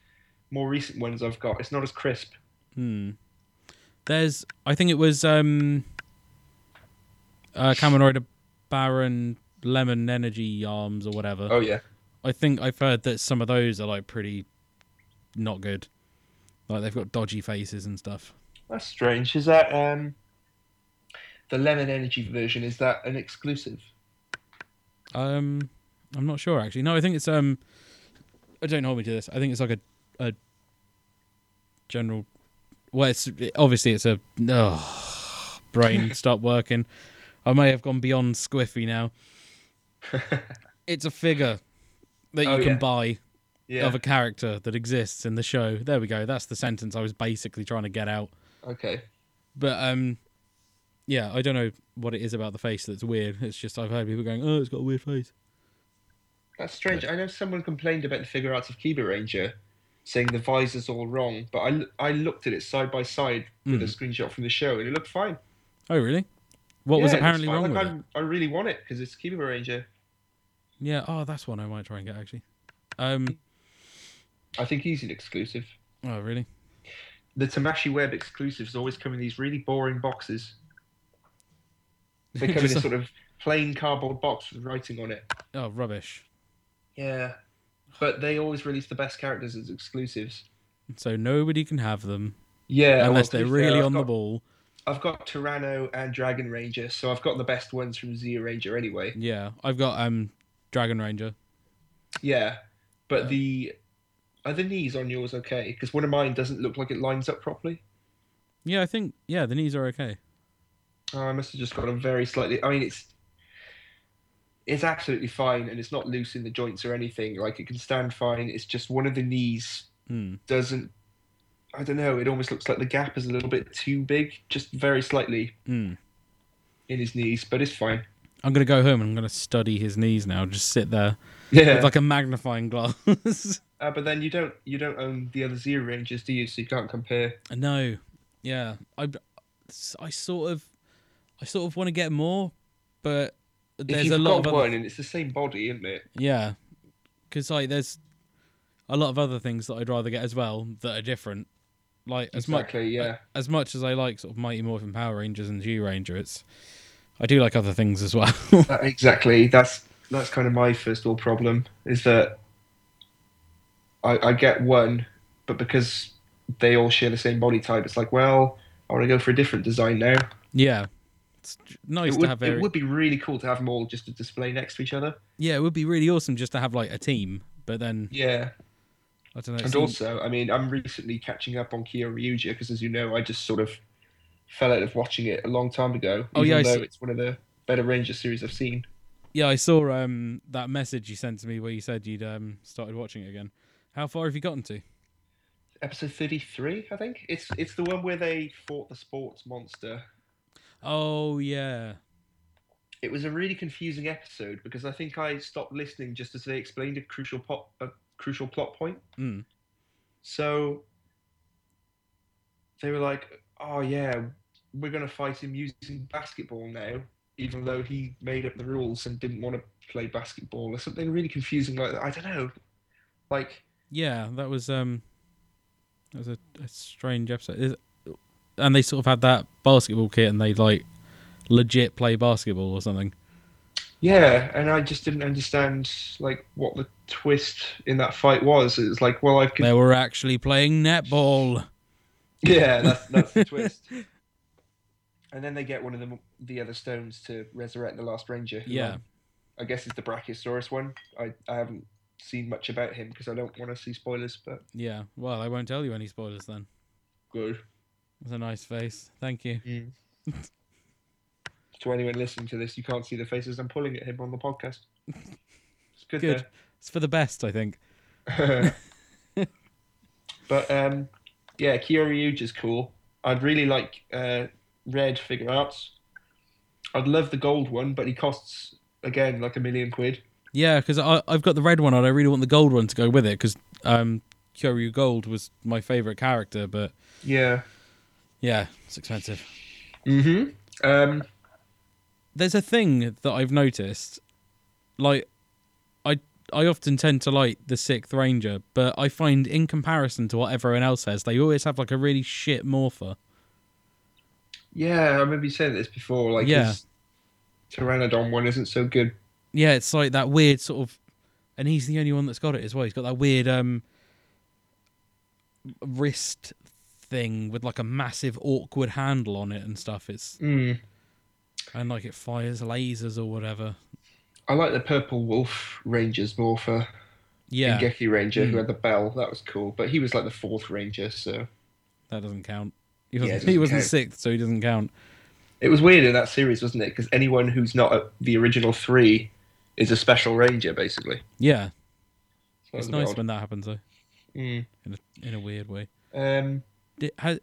B: more recent ones I've got. It's not as crisp.
A: Hmm. There's, I think it was um, uh, Kamen Rider Baron Lemon Energy Arms or whatever.
B: Oh yeah.
A: I think I've heard that some of those are like pretty not good. Like they've got dodgy faces and stuff.
B: That's strange. Is that um the Lemon Energy version, is that an exclusive?
A: Um, I'm not sure actually. No, I think it's um, I don't hold me to this. I think it's like a a general. Well, it's obviously it's a oh,
B: (laughs)
A: brain stop working. I may have gone beyond squiffy now. it's a figure that you
B: Oh,
A: can
B: yeah.
A: buy
B: Yeah.
A: of a character that exists in the show. There we go. That's the sentence I was basically trying to get out.
B: Okay.
A: But um, yeah, I don't know what it is about the face that's weird. It's just I've heard people going, "Oh, it's got a weird face."
B: That's strange. I know someone complained about the figure arts of Kiba Ranger, saying the visor's all wrong, but I, l- I looked at it side by side
A: Hmm.
B: with a screenshot from the show and it looked fine.
A: Oh, really? What
B: Yeah,
A: was
B: it looks
A: apparently
B: fine.
A: wrong
B: Like,
A: with it?
B: I'm- I really want it because it's Kiba Ranger.
A: Yeah. Oh, that's one I might try and get actually.
B: Mm.
A: Um.
B: I think he's an exclusive.
A: Oh, really?
B: The Tamashi Web exclusives always come in these really
A: (laughs)
B: boring boxes. They come in
A: Just
B: a
A: a-
B: sort of plain cardboard box with writing on it.
A: Oh, rubbish.
B: Yeah. But they always release the best characters as exclusives.
A: So nobody can have them
B: Yeah. well,
A: unless
B: to
A: they're
B: be fair,
A: really
B: I've
A: on the
B: got-
A: ball.
B: I've got Tyranno and Dragon Ranger, so I've got the best ones from Z Ranger anyway.
A: Yeah, I've got um Dragon Ranger.
B: Yeah, but the are the knees on yours okay? Because one of mine doesn't look like it lines up properly.
A: Yeah, I think yeah the knees are okay.
B: Oh, I must have just got a very slightly. I mean, it's it's absolutely fine, and it's not loose in the joints or anything. Like it can stand fine. It's just one of the knees
A: Hmm.
B: doesn't. I don't know. It almost looks like the gap is a little bit too big, just very slightly
A: Hmm.
B: in his knees, but it's fine.
A: I'm gonna go home and I'm gonna study his knees now. Just sit there
B: Yeah.
A: with like a magnifying glass. (laughs)
B: Uh, but then you don't you don't own the other zero rangers, do you? So you can't compare.
A: no. Yeah. I I sort of I sort of want to get more, but
B: If
A: there's
B: you've
A: a lot
B: got
A: of other
B: one and it's the same body, isn't it?
A: Yeah, because like there's a lot of other things that I'd rather get as well that are different. Like as much
B: Exactly. yeah.
A: as much as I like sort of Mighty Morphin Power Rangers and G Ranger, it's I do like other things as well. (laughs)
B: That- Uh, exactly. That's that's kind of my first world problem is that I, I get one, but because they all share the same body type, it's like, well, I want to go for a different design now.
A: yeah, it's j- nice
B: It
A: to have.
B: would,
A: Very,
B: it would be really cool to have them all just to display next to each other.
A: Yeah, it would be really awesome just to have like a team. But then
B: Yeah.
A: I don't know. it
B: And
A: seems-
B: also, I mean, I'm recently catching up on Kyo Ryuja because, as you know, I just sort of fell out of watching it a long time ago.
A: Oh, yeah, I
B: even though
A: see.
B: it's one of the better Ranger series I've seen.
A: Yeah, I saw um that message you sent to me where you said you'd um started watching it again. How far have you gotten to?
B: Episode thirty-three, I think. It's it's the one where they fought the sports monster.
A: Oh yeah.
B: It was a really confusing episode because I think I stopped listening just as they explained a crucial pot, a crucial plot point.
A: Mm.
B: So they were like, "Oh yeah, we're gonna fight him using basketball now," even though he made up the rules and didn't want to play basketball or something really confusing like that. I don't know. Like,
A: Yeah, that was um that was a, a strange episode. Is- and they sort of had that basketball kit and they like legit play basketball or something.
B: yeah, and I just didn't understand like what the twist in that fight was. It was like, well, I could.
A: They were actually playing netball.
B: Yeah, that's that's the twist. And then they get one of the the other stones to resurrect the last ranger. who um,
A: Yeah.
B: I, I guess it's the Brachiosaurus one. I, I haven't seen much about him because I don't want to see spoilers. But
A: Yeah. Well, I won't tell you any spoilers then.
B: (laughs) good.
A: That's a nice face. Thank you.
B: to anyone listening to this, you can't see the faces I'm pulling at him on the podcast. It's good.
A: Good. It's for the best, I think.
B: though. (laughs) but um, yeah, Kyoryuge is cool. I'd really like uh, red figure arts. I'd love the gold one, but he costs again like a million quid.
A: Yeah, because I've got the red one and I really want the gold one to go with it because um, Kyoryu Gold was my favourite character, but
B: Yeah.
A: yeah, it's expensive.
B: Mm-hmm. Um,
A: There's a thing that I've noticed, like, I I often tend to like the Sixth Ranger, but I find in comparison to what everyone else has, they always have like a really shit morpher.
B: yeah, I remember you saying this before. Like,
A: Yeah.
B: his Pteranodon one isn't so good.
A: Yeah, it's like that weird sort of, and he's the only one that's got it as well. He's got that weird um wrist thing with like a massive awkward handle on it and stuff. It's
B: Mm.
A: and like it fires lasers or whatever.
B: I like the purple wolf rangers more for
A: Yeah,
B: Geki Ranger who
A: Mm.
B: had the bell. That was cool, but he was like the fourth ranger, so
A: that doesn't count. He
B: Yeah, it
A: wasn't, he
B: doesn't
A: wasn't
B: count.
A: sixth, so he doesn't count.
B: it was weird in that series, wasn't it? Because anyone who's not a, the original three is a special ranger, basically.
A: Yeah,
B: So that
A: it's
B: was a bit
A: nice
B: odd.
A: when that happens though,
B: Mm.
A: in a, in a weird way.
B: Um,
A: Di- ha-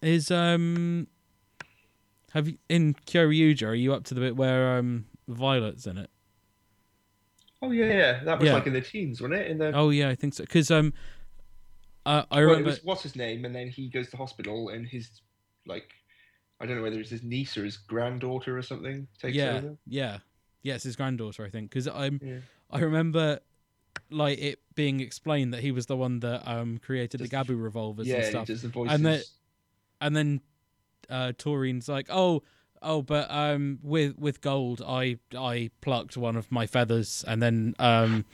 A: is um, have you in Kyoryuja? Are you up to the bit where um Violet's in it?
B: oh yeah, yeah, that was
A: Yeah.
B: like in the teens, wasn't it? In the
A: Oh yeah, I think so. Because um, uh, I
B: Well, it
A: remember.
B: was what's his name, and then he goes to hospital, and his like, I don't know whether it's his niece or his granddaughter or something takes
A: yeah,
B: over.
A: yeah, yeah. It's his granddaughter, I think. Because I'm,
B: Yeah.
A: I remember, like it being explained that he was the one that um created the
B: Does
A: Gabu revolvers
B: Yeah,
A: and
B: and he
A: stuff,
B: does the voices.
A: And the- and then uh Taurine's like, oh, oh, but um with with gold, I I plucked one of my feathers, and then um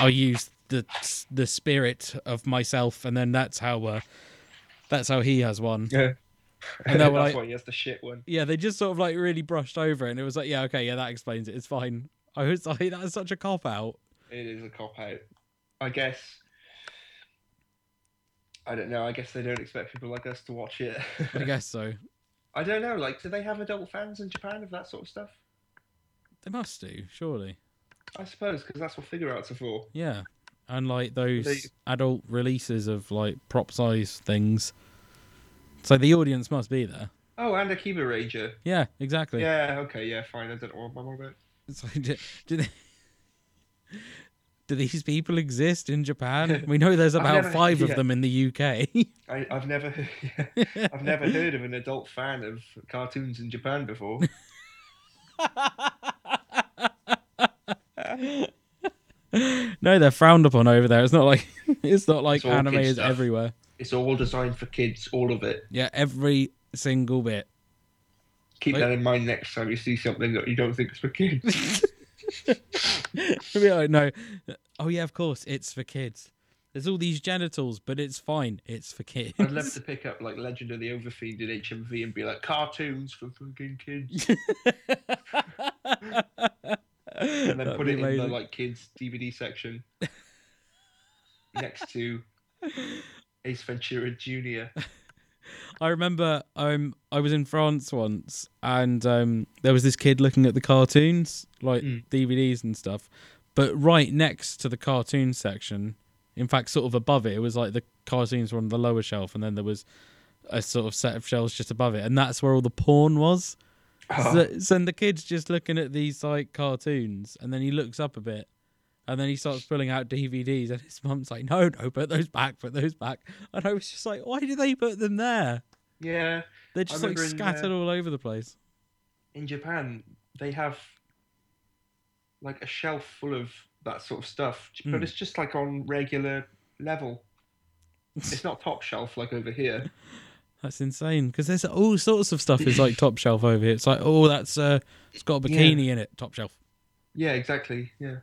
A: I used the the spirit of myself, and then that's how uh that's how he has one.
B: yeah.
A: and they
B: (laughs) that's
A: were like-
B: why he has the shit one.
A: Yeah, they just sort of like really brushed over it, and it was like, yeah, okay, yeah, that explains it. It's fine. (laughs) I was like, that's such a cop out.
B: It is a cop out, I guess. I don't know. I guess they don't expect people like us to watch it.
A: I guess so.
B: I don't know. Like, do they have adult fans in Japan of that sort of stuff?
A: They must do, surely.
B: I suppose because that's what figure arts are for.
A: Yeah. And like those
B: They-
A: adult releases of like prop size things. So the audience must be there.
B: Oh, and Akiba Ranger.
A: Yeah, exactly.
B: Yeah. Okay. Yeah. Fine. I don't know what I'm on about.
A: It's like, do, do they- (laughs) do these people exist in
B: (laughs)
A: Japan? We know there's
B: I've
A: about
B: never-
A: five of
B: yeah.
A: them in the UK.
B: I, I've never, (laughs) I've never heard of an adult fan of cartoons in Japan before.
A: (laughs) no, they're frowned upon over there. It's not like (laughs) it's not like
B: It's all
A: anime
B: kid
A: is
B: stuff.
A: everywhere.
B: It's all designed for kids, all of it.
A: Yeah, every single
B: (laughs)
A: bit. (laughs)
B: Keep
A: Like-
B: that in mind next time you see something that you don't think is for kids.
A: Be like, no. Oh yeah, of course, it's for kids. There's all these genitals, but it's fine. It's for kids.
B: I'd love to pick up like Legend of the Overfiend in HMV and be like, cartoons for fucking kids, and
A: (laughs)
B: then
A: That'd
B: put
A: be
B: it in the
A: amazing.
B: like kids DVD section next to Ace Ventura Junior.
A: I remember um I was in France once and um there was this kid looking at the cartoons like
B: Mm.
A: DVDs and stuff, but right next to the cartoon section, in fact sort of above it, it was like the cartoons were on the lower shelf and then there was a sort of set of shelves just above it and that's where all the porn was.
B: Oh,
A: So, so the kid's just looking at these like cartoons, and then he looks up a bit, and then he starts pulling out DVDs, and his mum's like, "No, no, put those back, put those back." And I was just like, "Why do they put them there?
B: yeah.
A: They're just like
B: remember in, uh,
A: scattered all over the place."
B: in Japan they have like a shelf full of that sort of stuff, but
A: Mm.
B: it's just like on regular level. It's not top shelf like over here.
A: That's insane because there's all sorts of stuff is like top shelf over here. It's like, oh, that's uh, it's got a
B: Yeah.
A: bikini in it, top shelf.
B: Yeah, exactly. Yeah,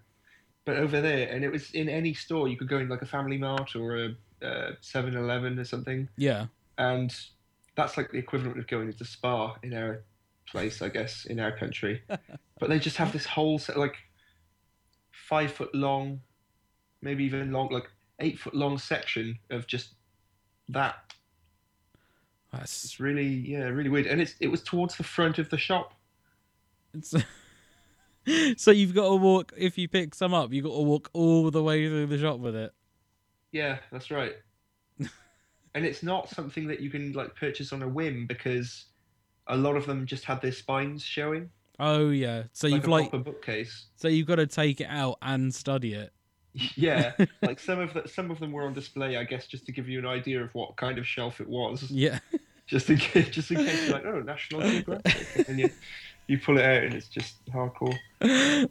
B: but over there, and it was in any store you could go in like a Family Mart or a uh, Seven Eleven or something,
A: Yeah,
B: and that's like the equivalent of going into Spa in our place, I guess, in our
A: (laughs)
B: country. but they just have this whole set, like five foot long, maybe even long, like eight foot long section of just that.
A: that's (laughs)
B: It's really, yeah, really weird. And it's it was towards the front of the shop.
A: It's, so you've got to walk if you pick some up, you've got to walk all the way through the shop with it.
B: Yeah,
A: (laughs)
B: that's right. and it's not something that you can like purchase on a whim because a lot of them just had their spines showing,
A: Oh yeah, so
B: like
A: you've
B: a
A: like
B: proper bookcase.
A: So you've got to take it out and study it.
B: Yeah, like some of the, some of them were on display, I guess, just to give you an idea of what kind of shelf it was,
A: Yeah. (laughs)
B: just in case, just in case you're like, oh, National Geographic, and you you pull it out and it's just hardcore.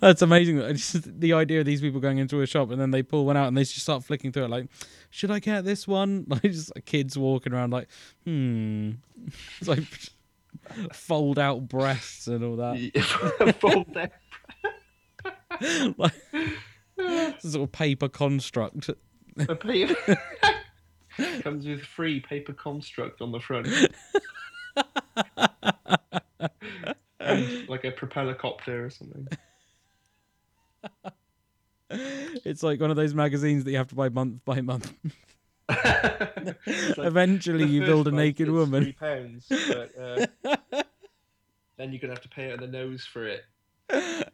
A: That's amazing. It's just the idea of these people going into a shop and then they pull one out and they just start flicking through it like, should I get this one? (laughs) Like just like kids walking around like, hmm. (laughs) It's like fold out breasts and all that.
B: (laughs) Fold that.
A: (laughs) like (laughs) sort of paper construct. (laughs)
B: A paper comes with free paper construct on the front. and like a propeller copter or something.
A: It's like one of those magazines that you have to buy month by month.
B: It's (laughs) like,
A: Eventually
B: the (laughs)
A: you build a
B: first
A: naked
B: month
A: woman.
B: it's Three pounds, but
A: (laughs)
B: uh, then you're gonna have to pay out of the nose for it. It's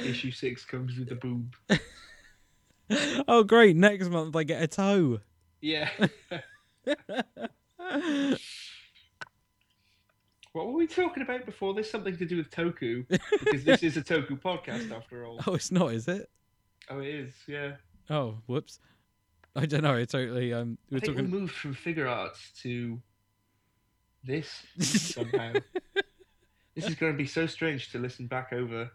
B: like issue six comes with a boob.
A: oh great, next month I get a toe. (laughs)
B: Yeah. what were we talking about before? There's something to do with Toku because this is a Toku podcast after
A: (laughs)
B: all.
A: Oh, it's not, is it?
B: Oh, it is. Yeah.
A: Oh, whoops. (laughs) I don't know. It totally. Um, we
B: I
A: were
B: think we
A: talking.
B: moved from figure arts to this
A: (laughs)
B: somehow. this is going to be so strange to listen back over.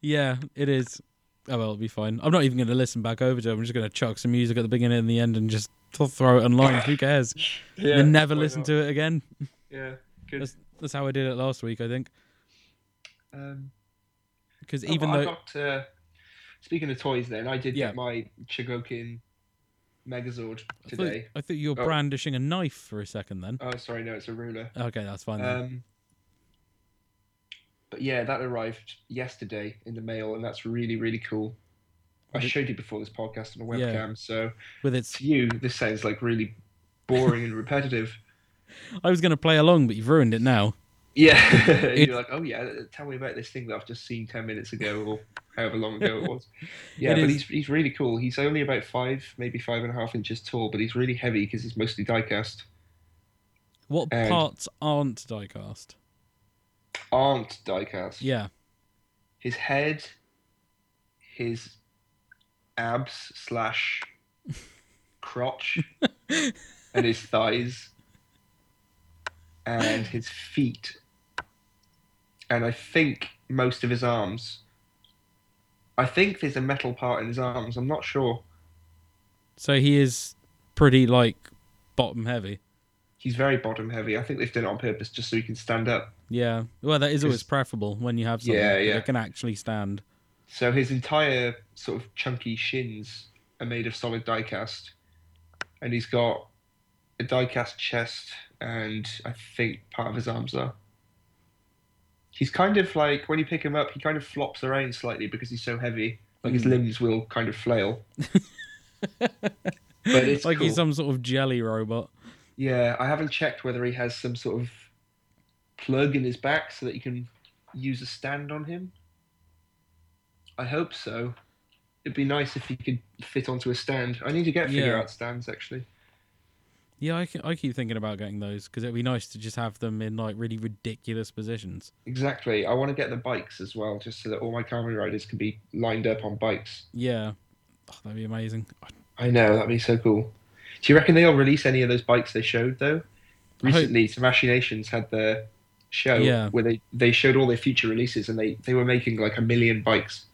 A: Yeah, it is. Oh well, it'll be fine. I'm not even going to listen back over to it. I'm just going to chuck some music at the beginning and the end and just th- throw it online. Who cares?
B: (laughs) Yeah,
A: and never listen to it again.
B: Yeah. Good.
A: That's that's how I did it last week, I think.
B: Um,
A: Because
B: oh,
A: even
B: I
A: though,
B: got, uh, speaking of toys, then I did
A: Yeah.
B: get my Chigokin Megazord
A: I, thought,
B: today.
A: I thought you were
B: Oh.
A: brandishing a knife for a second. Then
B: Oh, sorry, no, it's a ruler.
A: okay, that's fine. then.
B: Um, but yeah, that arrived yesterday in the mail, and that's really, really cool. I
A: Did-
B: showed you before this podcast on a
A: Yeah.
B: webcam, so
A: With its,
B: to you, this sounds like really boring and repetitive. (laughs)
A: I was going to play along, but you've ruined it now.
B: Yeah, (laughs)
A: It-
B: you're like, oh yeah, tell me about this thing that I've just seen ten minutes ago or however long ago it
A: (laughs)
B: was. Yeah,
A: It
B: but
A: is-
B: he's he's really cool. He's only about five, maybe five and a half inches tall, but he's really heavy because he's mostly diecast.
A: What
B: And-
A: parts aren't diecast?
B: Aren't diecast?
A: Yeah,
B: His head, his abs slash crotch, and his thighs, and his feet, and I think most of his arms. I think there's a metal part in his arms. I'm not sure.
A: so he is pretty like bottom heavy.
B: He's very bottom heavy. I think they've done it on purpose just so he can stand up.
A: Yeah. Well, that is always
B: 'Cause-
A: preferable when you have something
B: Yeah, yeah.
A: that can actually stand.
B: So his entire sort of chunky shins are made of solid diecast, and he's got a diecast chest, and I think part of his arms are. He's kind of like when you pick him up, he kind of flops around slightly because he's so heavy. Like his
A: Mm.
B: limbs will kind of flail. But it's
A: like he's
B: cool.
A: some sort of jelly robot.
B: Yeah, I haven't checked whether he has some sort of plug in his back so that you can use a stand on him. I hope so. It'd be nice if he could fit onto a stand. I need to get figure
A: Yeah.
B: out stands actually.
A: Yeah, I, ke- I keep thinking about getting those because it'd be nice to just have them in like really ridiculous positions.
B: Exactly. I want to get the bikes as well, just so that all my Kamen Riders can be lined up on bikes.
A: Yeah, oh, that'd be amazing. I,
B: I know that'd be so cool. Do you reckon they'll release any of those bikes they showed though?
A: I hope-
B: Recently, Smashy Nations had their show
A: Yeah.
B: where they, they showed all their future releases and they, they were making like a million bikes.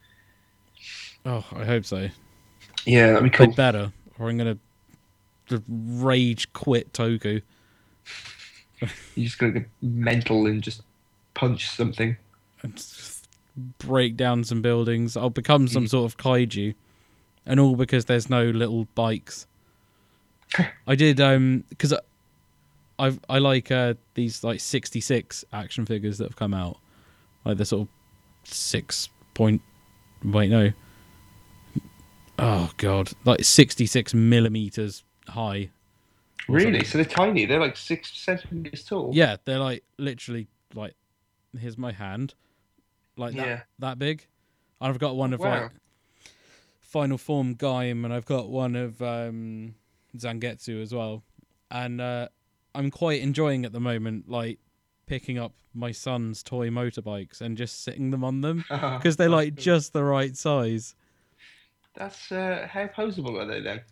A: oh, I hope so.
B: Yeah, that'd be
A: They
B: cool.
A: better, or I'm gonna just rage quit Toku.
B: You're just gonna get mental and just punch something.
A: and s- break down some buildings. I'll become some sort of kaiju, and all because there's no little bikes. I did um because I, I I like uh these like sixty six action figures that have come out, like the sort of six point wait no. Oh god, like sixty six millimeters high. or something.
B: Really? So they're tiny. They're like six centimeters tall.
A: Yeah, they're like literally like here's my hand. Like that
B: Yeah.
A: that big. And I've got one of
B: Wow.
A: like Final Form Gaim and I've got one of um Zangetsu as well. And uh I'm quite enjoying at the moment like picking up my son's toy motorbikes and just sitting them on them
B: Uh-huh.
A: because they're like just the right size.
B: That's uh, how posable are they then?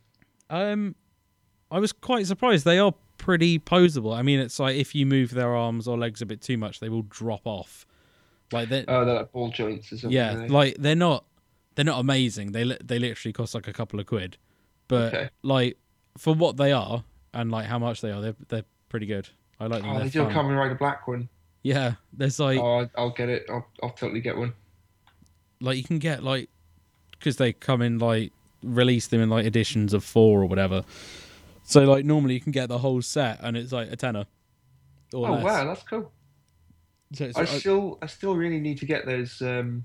A: Um, I was quite surprised. They are pretty posable. I mean, it's like if you move their arms or legs a bit too much, they will drop off. Like they, are
B: Oh, they're like ball joints or something.
A: yeah,
B: are they?
A: like they're not, they're not amazing. They li- they literally cost like a couple of quid, but
B: Okay.
A: like for what they are and like how much they are, they're they're pretty good. I like them.
B: oh,
A: they're
B: they do a
A: fun.
B: Kamen Rider black one.
A: Yeah, there's like
B: Oh, I'll- I'll get it. I'll, I'll totally get one.
A: like you can get like because they come in like release them in like editions of four or whatever. So like normally you can get the whole set and it's like a tenner. Or
B: oh
A: less.
B: wow, that's cool.
A: So it's,
B: I
A: I-
B: still, I still really need to get those um,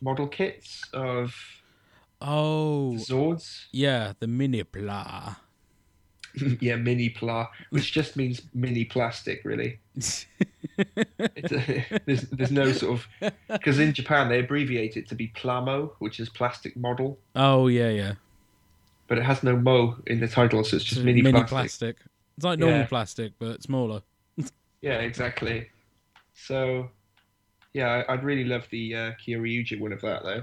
B: model kits of
A: oh
B: Zords. (laughs)
A: yeah, the mini blah.
B: yeah, mini pla, which just means mini plastic, really. It's a, (laughs) there's, there's no sort of because in Japan they abbreviate it to be plamo, which is plastic model,
A: (laughs) oh yeah, yeah.
B: but it has no mo in the title, so it's just
A: So
B: mini, plastic.
A: plastic. It's like normal
B: Yeah.
A: plastic but smaller.
B: Yeah, exactly. So, yeah, I, I'd really love the uh, Kyoryuji one of that though.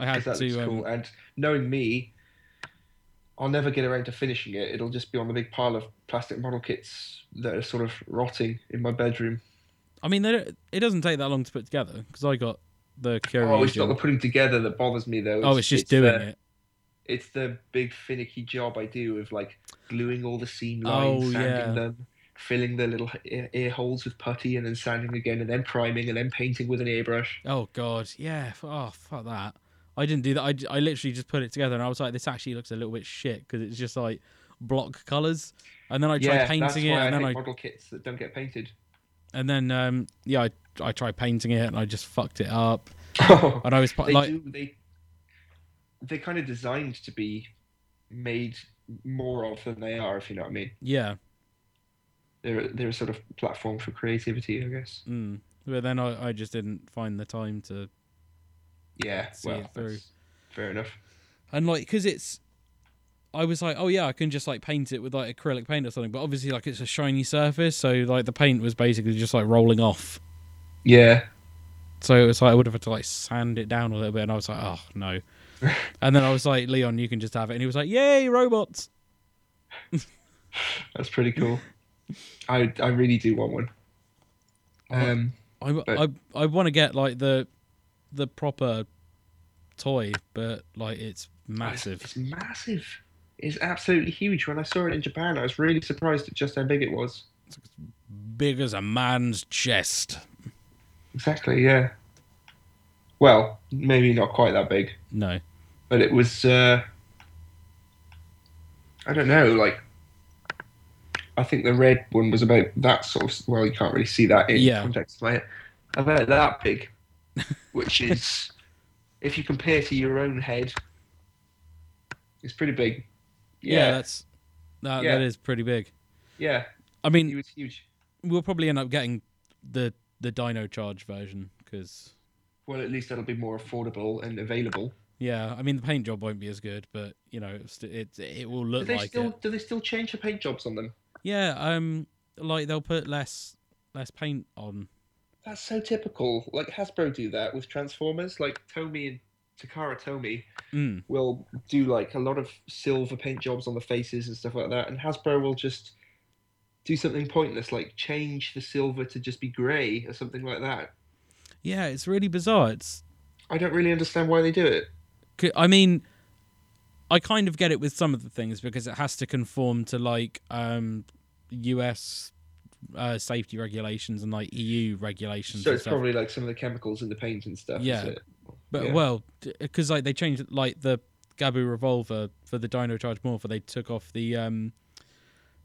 A: I
B: 'cause
A: had
B: that looks
A: to um,
B: cool. And knowing me, I'll never get around to finishing it. It'll just be on the big pile of plastic model kits that are sort of rotting in my bedroom.
A: I mean they don't, it doesn't take that long to put together cuz I got the
B: Oh, it's not the uh,
A: Kyoryuji.
B: putting together that bothers me though.
A: Oh, it's just doing
B: the,
A: it.
B: It's the big finicky job I do of like gluing all the seam
A: Oh,
B: lines, sanding
A: yeah.
B: them, filling the little ear, ear holes with putty, and then sanding again, and then priming, and then painting with an airbrush.
A: Oh god, yeah. f- Oh fuck that. I didn't do that. I, j- I literally just put it together and I was like, this actually looks a little bit shit because it's just like block colors. And then I tried
B: yeah, that's
A: painting it, and
B: why I
A: then
B: hate
A: I
B: model kits that don't
A: (laughs)
B: get painted.
A: and then um yeah, I, I tried painting it and I just fucked it up. And I was pu-
B: they
A: like,
B: do they they're kind of designed to be made more of than they are if you know what i mean
A: yeah,
B: they're they're a sort of platform for creativity i guess
A: mm. but then I, I just didn't find the time to
B: yeah
A: See
B: well
A: it through.
B: that's fair enough
A: and like because it's I was like, oh yeah, I can just like paint it with like acrylic paint or something. But obviously, like it's a shiny surface, so like the paint was basically just like rolling off.
B: yeah
A: So it was like I would have had to like sand it down a little bit, and I was like, oh
B: (laughs)
A: no. and then I was like, Leon, you can just have it, and he was like, yay, robots.
B: that's pretty cool i i really do want one
A: Oh.
B: um
A: I I,
B: But-
A: I want to get like the the proper toy, but like it's massive.
B: it's (laughs) massive it's absolutely huge when i saw it in japan i was really surprised at just how big it was
A: Big as a man's chest.
B: exactly yeah well maybe not quite that big
A: No.
B: but it was uh, I don't know like I think the red one was about that sort of well you can't really see that in
A: Yeah.
B: context mate about
A: (laughs)
B: that big which is if you compare to your own head It's pretty big.
A: Yeah,
B: Yeah,
A: that's that,
B: Yeah.
A: that is pretty big.
B: yeah,
A: I mean,
B: It was huge.
A: we'll probably end up getting the the Dino Charge version because
B: Well, at least that'll be more affordable and available.
A: yeah, I mean the paint job won't be as good, but you know it's- it it will
B: Do
A: look
B: they
A: like
B: still
A: it.
B: do they still change the paint jobs on them?
A: Yeah, um, like they'll put less less paint on.
B: That's so typical. Like Hasbro do that with Transformers. Like Tomy and Takara Tomy
A: Mm.
B: will do like a lot of silver paint jobs on the faces and stuff like that, and Hasbro will just do something pointless, like change the silver to just be grey or something like that.
A: Yeah, it's really bizarre. It's
B: I don't really understand why they do it.
A: c- I mean, I kind of get it with some of the things because it has to conform to like um U.S. Uh, safety regulations and like EU regulations.
B: So
A: and
B: it's
A: stuff.
B: probably like some of the chemicals in the paint and stuff. is
A: Yeah.
B: it?
A: But
B: Yeah.
A: well, because like they changed like the Gabu revolver for the Dino Charge Morpher, they took off the um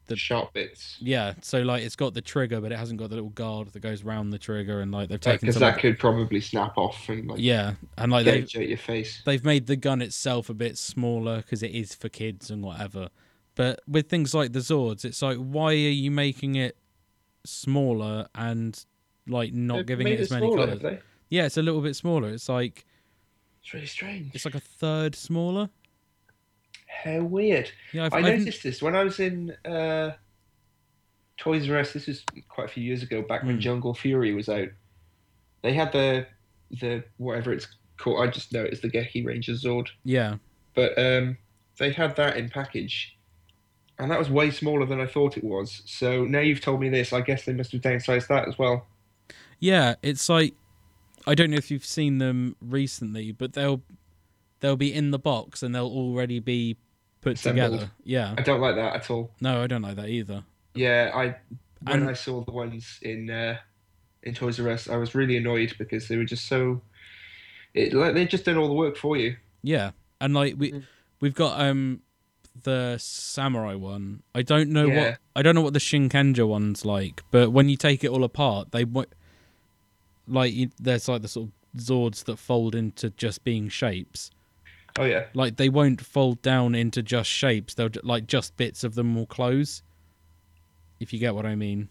A: The-
B: sharp bits.
A: yeah, so like it's got the trigger, but it hasn't got the little guard that goes round the trigger, and like they've taken
B: Because
A: some
B: that could probably snap off and like
A: yeah, and like they
B: gouge out your face.
A: they've made the gun itself a bit smaller because it is for kids and whatever. But with things like the Zords, it's like why are you making it smaller and like not
B: They've
A: giving
B: made
A: it as many
B: smaller,
A: colors?
B: have they?
A: Yeah, it's a little bit smaller. It's like
B: It's really strange.
A: it's like a third smaller.
B: How weird.
A: Yeah, I've,
B: I
A: I've n-
B: noticed this when I was in uh, Toys R Us. This was quite a few years ago, back when
A: Hmm.
B: Jungle Fury was out. They had the the whatever it's called. I just know it as the Geki Ranger Zord,
A: yeah.
B: but um, they had that in package, and that was way smaller than I thought it was. So now you've told me this, I guess they must have downsized that as well.
A: Yeah, it's like I don't know if you've seen them recently, but they'll they'll be in the box and they'll already be put
B: Assembled.
A: together. Yeah.
B: I don't like that at all.
A: No, I don't like that either.
B: Yeah, I when
A: And-
B: I saw the ones in uh, in Toys R Us, I was really annoyed because they were just so. It, like they just done all the work for you.
A: Yeah. And like we
B: Mm.
A: we've got um the samurai one. I don't know
B: Yeah.
A: what I don't know what the Shinkenja one's like, but when you take it all apart, they wa- like you, there's like the sort of zords that fold into just being shapes.
B: Oh yeah,
A: like they won't fold down into just shapes they'll ju- like just bits of them will close if you get what i mean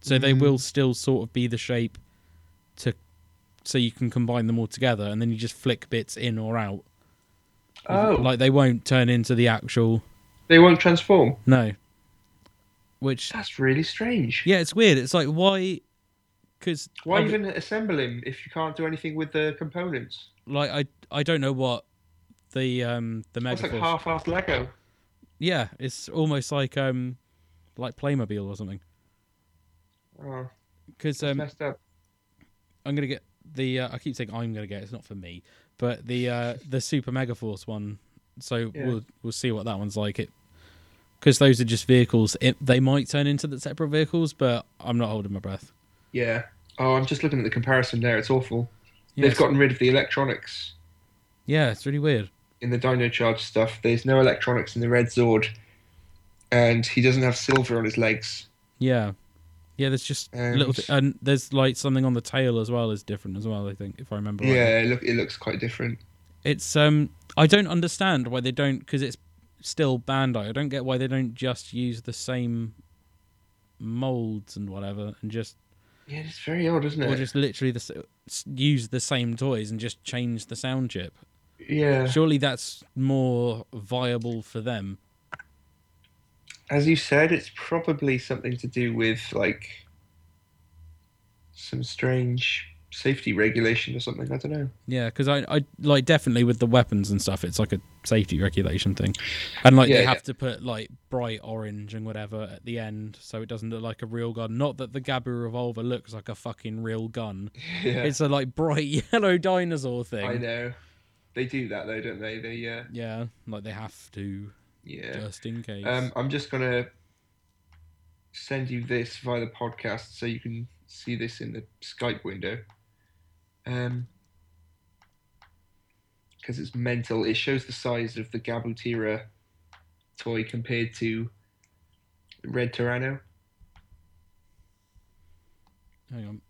A: so they
B: Mhm.
A: will still sort of be the shape to so you can combine them all together and then you just flick bits in or out
B: Oh.
A: like they won't turn into the actual
B: they won't transform.
A: no which
B: That's really strange.
A: yeah it's weird it's like why because
B: Why even assemble him if you can't do anything with the components?
A: like i i don't know what the um the
B: That's like
A: megaforce
B: half-assed Lego.
A: yeah it's almost like um like playmobil or something
B: Oh,
A: because
B: it's
A: um
B: messed up.
A: I'm gonna get the. Uh, I keep saying I'm gonna get. It's not for me, but the uh, the Super Mega Force one. So
B: Yeah.
A: we'll we'll see what that one's like. It because those are just vehicles. It, they might turn into the separate vehicles, but I'm not holding my breath.
B: Yeah. Oh, I'm just looking at the comparison there. It's awful.
A: Yeah,
B: They've
A: it's-
B: gotten rid of the electronics
A: yeah, it's really weird.
B: in the Dino Charge stuff. There's no electronics in the Red Zord, and he doesn't have silver on his legs.
A: Yeah, yeah. There's just little
B: And-
A: th- and there's like something on the tail as well is different as well. I think if I remember. rightly.
B: Yeah, it, look, it looks quite different.
A: it's um. I don't understand why they don't because it's still Bandai. I don't get why they don't just use the same molds and whatever and just
B: Yeah, it's very odd, isn't it?
A: or just literally the, s- s- use the same toys and just change the sound chip.
B: yeah.
A: Surely that's more viable for them.
B: As you said, it's probably something to do with like some strange safety regulation or something. I don't know.
A: Yeah, because I, I like definitely with the weapons and stuff, it's like a safety regulation thing, and like
B: Yeah,
A: they
B: yeah.
A: have to put like bright orange and whatever at the end, so it doesn't look like a real gun. Not that the Gabu revolver looks like a fucking real gun.
B: Yeah,
A: It's a like bright (laughs) yellow dinosaur thing.
B: I know. They do that though, don't they? They uh,
A: Yeah, like they have to
B: yeah.
A: just in case.
B: Um, I'm just gonna send you this via the podcast so you can see this in the Skype window. Um, because it's mental. It shows the size of the Gabutira toy compared to Red Tyranno.
A: Hang on.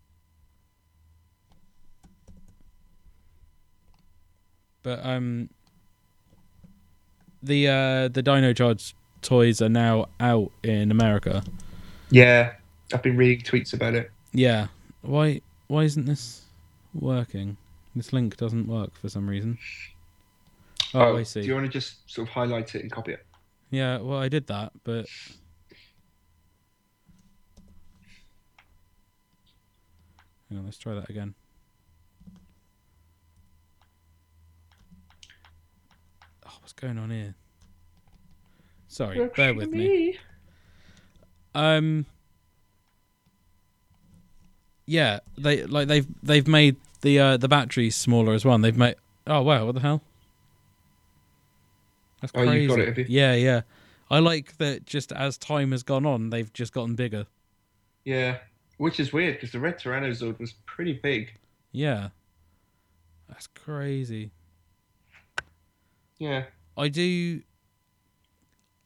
A: But um the uh, the Dino Charge toys are now out in America.
B: Yeah, I've been reading tweets about it.
A: Yeah. Why why isn't this working? This link doesn't work for some reason. Oh, I see.
B: Do you want to just sort of highlight it and copy it?
A: Yeah, well I did that, but Hang on, let's try that again. Oh, what's going on here? Sorry, bear with me. Um. Yeah, they like they've they've made the uh, the batteries smaller as well. And they've made oh wow, what the hell? That's
B: Oh,
A: crazy.
B: you've got it, have you?
A: Yeah, yeah. I like that. Just as time has gone on, they've just gotten bigger.
B: Yeah, which is weird because the red Tyrannosaurus was pretty big.
A: Yeah, that's crazy.
B: Yeah,
A: I do.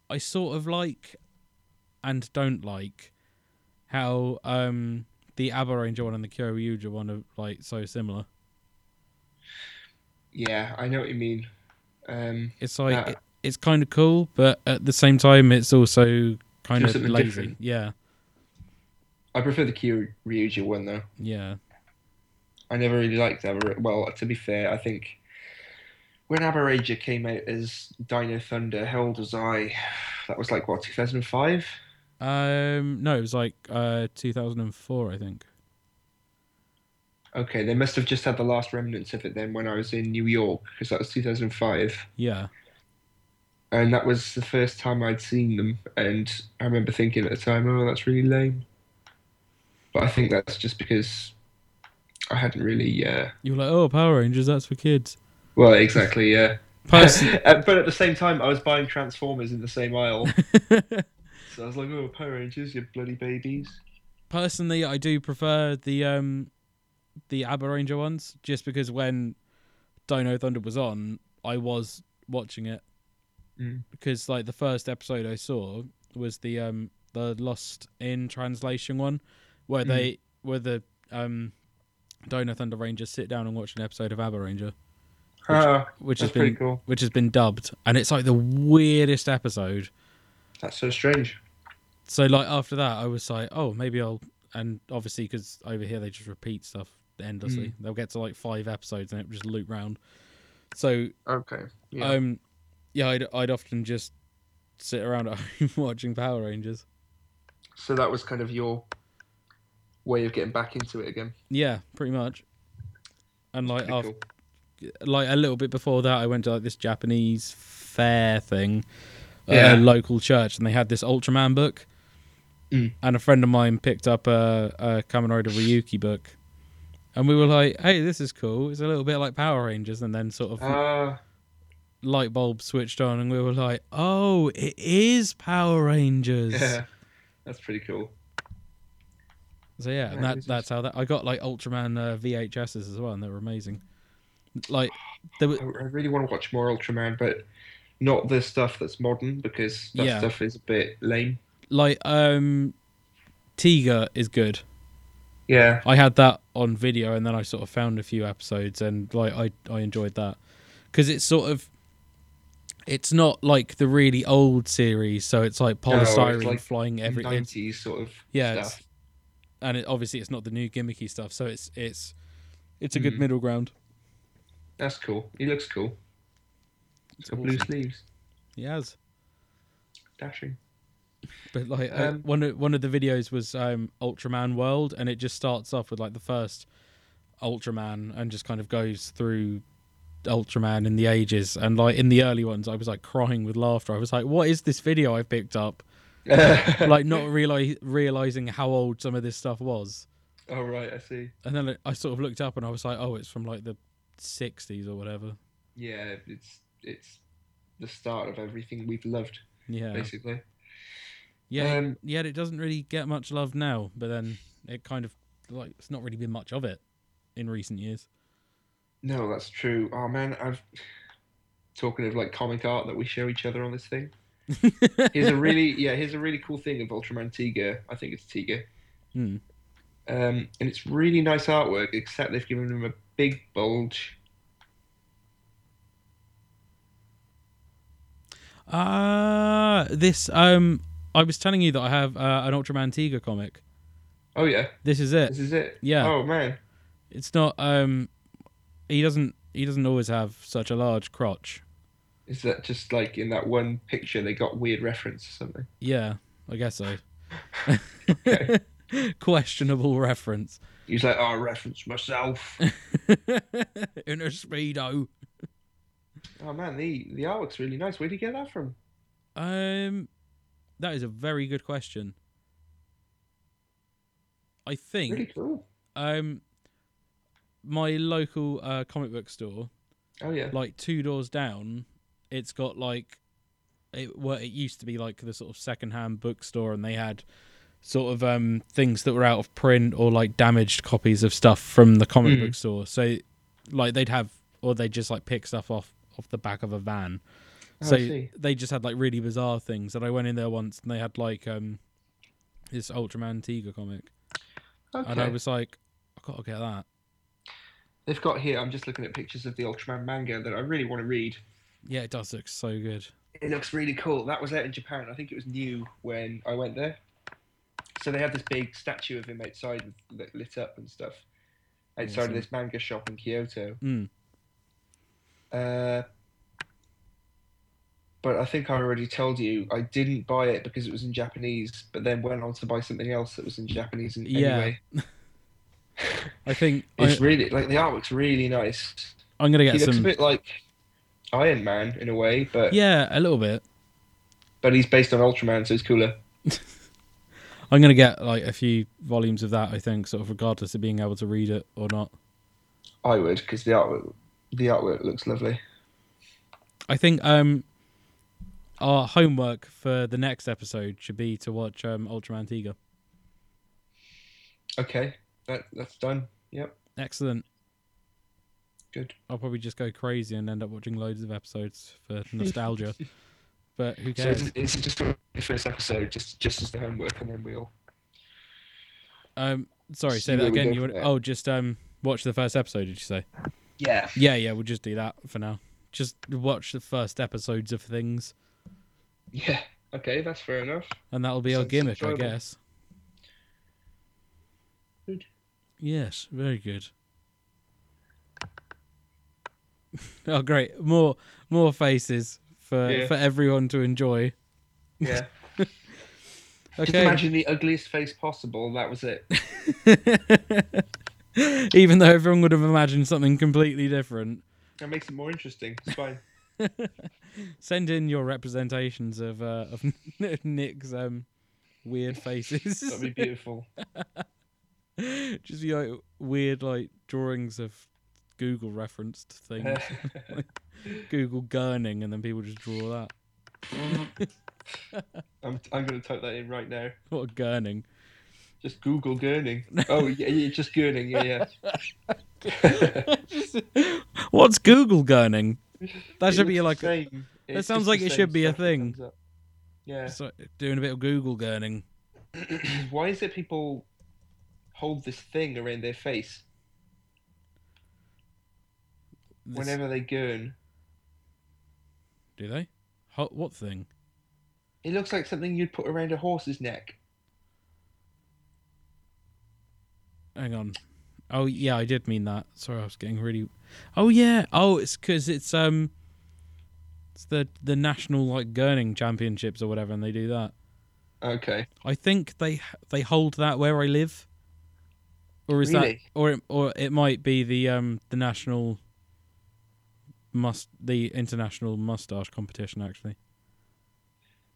A: I sort of like, and don't like, how um the Abba Ranger one and the Kyoryuja one are like so similar.
B: yeah, I know what you mean. Um,
A: It's like
B: Yeah.
A: it, it's kind of cool, but at the same time, it's also kind
B: Just
A: of
B: something
A: lazy.
B: different.
A: Yeah,
B: I prefer the Kyo Ryuji one though.
A: yeah,
B: I never really liked Abra. Well, to be fair, I think when Aberager came out as Dino Thunder, how old was I? (sighs) That was like what 2005.
A: um, no, it was like uh 2004, I think.
B: Okay, they must have just had the last remnants of it then when I was in New York because that was 2005.
A: Yeah,
B: and that was the first time I'd seen them. And I remember thinking at the time, "Oh, that's really lame." But I think that's just because I hadn't really, uh,
A: you were like, oh, Power Rangers, that's for
B: (laughs)
A: kids.
B: well, exactly, yeah.
A: Person, (laughs)
B: (laughs) Uh, but at the same time, I was buying Transformers in the same aisle, so I was like, "Oh, Power Rangers, you bloody babies!"
A: personally I do prefer the um the Abba Ranger ones just because when Dino Thunder was on, I was watching it.
B: Mm.
A: Because like the first episode I saw was the um the Lost in Translation one where
B: Mm.
A: they where the um Dino Thunder Rangers sit down and watch an episode of Abba Ranger,
B: Ah,
A: which has
B: that's
A: been
B: pretty cool.
A: which has been dubbed and it's like the weirdest episode.
B: That's so strange.
A: So like after that, I was like, oh, maybe I'll. And obviously, because over here they just repeat stuff endlessly.
B: Mm.
A: They'll get to like five episodes and it will just loop round. So
B: Okay. Yeah.
A: um, yeah, I'd I'd often just sit around at (laughs) home watching Power Rangers.
B: so that was kind of your way of getting back into it again.
A: Yeah, pretty much. And like
B: Pretty
A: after,
B: cool.
A: like a little bit before that, I went to like this Japanese fair thing
B: Yeah.
A: at a local church, and they had this Ultraman book.
B: Mm.
A: And a friend of mine picked up a, a Kamen Rider Ryuki book, and we were like, "Hey, this is cool. It's a little bit like Power Rangers." And then sort of
B: Ah,
A: light bulb switched on, and we were like, "Oh, it is Power Rangers."
B: yeah, that's pretty cool.
A: So yeah,
B: Power
A: and that
B: Rangers.
A: that's how that I got like Ultraman uh, VHSs as well, and they were amazing. Like there were
B: I, I really want to watch more Ultraman, but not the stuff that's modern because that
A: Yeah.
B: stuff is a bit lame.
A: like um, Tiga is good.
B: Yeah,
A: I had that on video, and then I sort of found a few episodes, and like I I enjoyed that because it's sort of it's not like the really old series, so it's like
B: No, Oh, it's
A: polystyrene
B: like
A: flying every it's-
B: nineties sort of
A: yeah, it's,
B: stuff.
A: and it, obviously it's not the new gimmicky stuff, so it's it's it's a good
B: Mm.
A: middle ground.
B: That's cool. He looks cool. He's got blue
A: awesome.
B: sleeves.
A: Yes,
B: (laughs) Dashing.
A: but like uh,
B: Um,
A: one of, one of the videos was um, Ultraman World, and it just starts off with like the first Ultraman, and just kind of goes through Ultraman in the ages. And like in the early ones, I was like crying with laughter. I was like, "What is this video I've picked
B: (laughs)
A: up?" like not reali- realizing how old some of this stuff was.
B: oh right, I see.
A: And then I sort of looked up, and I was like, "Oh, it's from like the '60s or whatever."
B: Yeah, it's it's the start of everything we've loved,
A: Yeah,
B: basically.
A: yeah.
B: Um,
A: yet it doesn't really get much love now. But then it kind of like it's not really been much of it in recent years.
B: no, that's true. Oh man, I've talking of like comic art that we show each other on this
A: (laughs)
B: thing. here's a really yeah here's a really cool thing of ultraman tiga i think it's tiga
A: Hmm.
B: um, and it's really nice artwork except they've given him a big bulge
A: Ah, this. Um, I was telling you that I have uh, an Ultraman Tiga comic.
B: Oh yeah,
A: This is it.
B: this is it.
A: Yeah.
B: Oh man.
A: It's not. Um, he doesn't. He doesn't always have such a large crotch.
B: Is that just like in that one picture they got weird reference or something?
A: Yeah, I guess so.
B: Okay.
A: (laughs) Questionable
B: (laughs)
A: reference.
B: He's like, oh, I reference
A: (laughs)
B: myself.
A: In a speedo.
B: oh man, the the artwork's really nice. Where'd you get that from?
A: Um, that is a very good question. I think
B: Really cool.
A: um, my local uh, comic book store,
B: Oh yeah.
A: like two doors down, it's got like it well, it used to be like the sort of secondhand bookstore, and they had sort of um things that were out of print or like damaged copies of stuff from the comic
B: Mm.
A: book store. So like they'd have or they'd just like pick stuff off off the back of a van.
B: Oh, I
A: so
B: see.
A: they just had like really bizarre things. And I went in there once and they had like um this Ultraman Tiga comic.
B: Okay.
A: And I was like, I gotta get that.
B: They've got here. I'm just looking at pictures of the Ultraman manga that I really want to read.
A: Yeah, it does look so good.
B: It looks really cool. That was out in Japan. I think it was new when I went there. So they had this big statue of him outside with- that lit up and stuff outside
A: Awesome.
B: of this manga shop in Kyoto.
A: Mm.
B: Uh, but I think I already told you I didn't buy it because it was in Japanese, but then went on to buy something else that was in Japanese in-
A: Yeah.
B: anyway. (laughs)
A: I think I,
B: It's really like the artwork's really nice.
A: I'm gonna get
B: he looks
A: some
B: a bit like Iron Man in a way, but
A: Yeah, a little bit.
B: but he's based on Ultraman, so he's cooler.
A: I'm gonna get like a few volumes of that. I think, sort of regardless of being able to read it or not.
B: I would because the artwork the artwork looks lovely.
A: I think um, our homework for the next episode should be to watch um, Ultraman Tiga.
B: Okay, that that's done. Yep,
A: Excellent.
B: good.
A: I'll probably just go crazy and end up watching loads of episodes
B: (laughs)
A: for nostalgia. but who
B: So
A: cares?
B: it's, it's just the first episode, just just as the homework, and then we'll.
A: Um, sorry,
B: See
A: say that
B: where we
A: again.
B: go
A: You
B: from
A: would,
B: there.
A: oh, just um, watch the first episode. Did you say?
B: Yeah.
A: Yeah, yeah. We'll just do that for now. Just watch the first episodes of things,
B: Yeah. Okay, that's fair enough.
A: and that'll be our
B: Sounds
A: gimmick, I
B: enjoyable.
A: guess.
B: Good.
A: Yes, very good. (laughs) oh, great! More, more faces for
B: Yeah.
A: for everyone to enjoy.
B: Yeah. Just
A: (laughs) Okay.
B: imagine the ugliest face possible. and That was it.
A: (laughs) Even though everyone would have imagined something completely different,
B: That makes it more interesting.
A: (laughs)
B: It's fine.
A: send in your representations of uh, of (laughs) Nick's um, weird faces.
B: That'd
A: (laughs)
B: be beautiful.
A: Just you know, weird like drawings of Google referenced things. Google gurning, and then people just draw that.
B: (laughs) I'm I'm gonna type that in right now.
A: What a gurning.
B: Just Google gurning. Oh yeah, yeah just gurning. Yeah, yeah.
A: (laughs) What's Google gurning? (laughs) That
B: It
A: should be
B: looks
A: like
B: the same. It's
A: sounds
B: just
A: like
B: the
A: it
B: same
A: should be a
B: stuff that
A: thing.
B: comes up. Yeah.
A: it's like doing a bit of Google gurning.
B: Why is it people hold this thing around their face
A: This-
B: whenever they gurn?
A: Do they? Ho- what thing?
B: It looks like something you'd put around a horse's neck.
A: Hang on. Oh yeah, I did mean that. Sorry, I was getting really. Oh yeah. Oh, it's because it's um, it's the the national like gurning championships or whatever, and they do that.
B: Okay.
A: I think they they hold that where I live, or is
B: Really?
A: that or it, or it might be the um the national must the international mustache competition actually.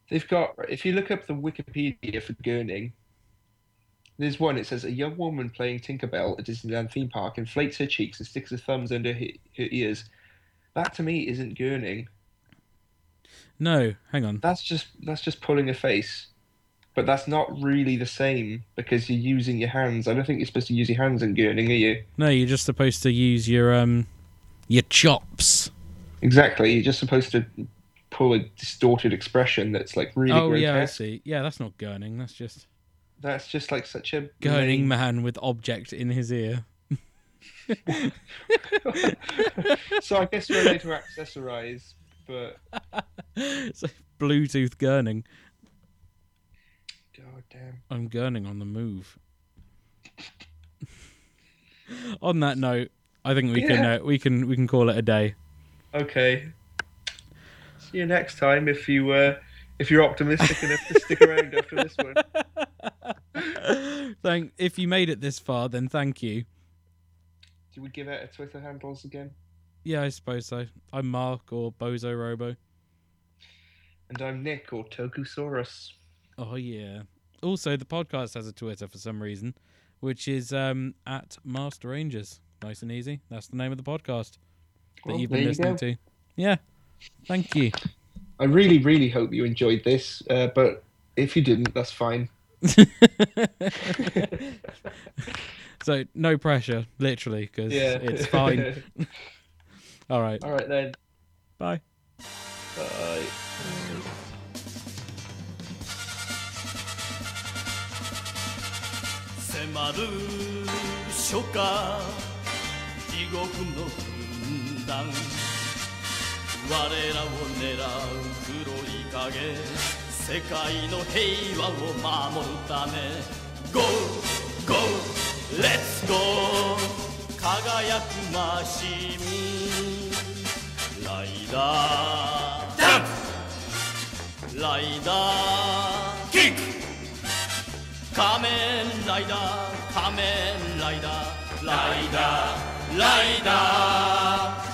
B: They've got, if you look up the Wikipedia for gurning, there's one. It says a young woman playing Tinkerbell at Disneyland theme park inflates her cheeks and sticks her thumbs under her, her ears. That to me isn't gurning.
A: No, hang on.
B: That's just that's just pulling a face, but that's not really the same because you're using your hands. I don't think you're supposed to use your hands in gurning, are you?
A: No, you're just supposed to use your um your chops.
B: Exactly. You're just supposed to pull a distorted expression that's like really
A: oh
B: grotesque.
A: yeah, I see. Yeah, that's not gurning. That's just
B: That's just like such a
A: gurning
B: lame-
A: man with object in his ear. (laughs)
B: so I guess we're going to accessorize but
A: it's like Bluetooth gurning.
B: god damn.
A: I'm gurning on the move. (laughs) on that note, I think we can uh, we can we can call it a day.
B: Okay. See you next time if you uh, if you're optimistic enough
A: (laughs)
B: to stick around after this one.
A: Thank if you made it this far, then thank you.
B: Do we give out our Twitter handles again?
A: Yeah, I suppose so. I'm Mark or Bozo Robo.
B: And I'm Nick or Tokusaurus.
A: Oh yeah. Also, the podcast has a Twitter for some reason, which is um, at Master Rangers. Nice and easy. That's the name of the podcast that
B: Well,
A: you've
B: there
A: been
B: you
A: listening
B: go.
A: to. Yeah. Thank you.
B: I really, really hope you enjoyed this, uh, but if you didn't, that's fine.
A: (laughs) so no pressure, literally, because
B: Yeah,
A: it's
B: (laughs)
A: fine. All right.
B: All right then.
A: Bye.
B: Bye.
C: 迫る初夏地獄の軍団我らを狙う黒い影世界の平和を守るため Go! Go! Let's go! 輝くマシンライダーダンプライダーキック仮面ライダー仮面ライダーライダーライダー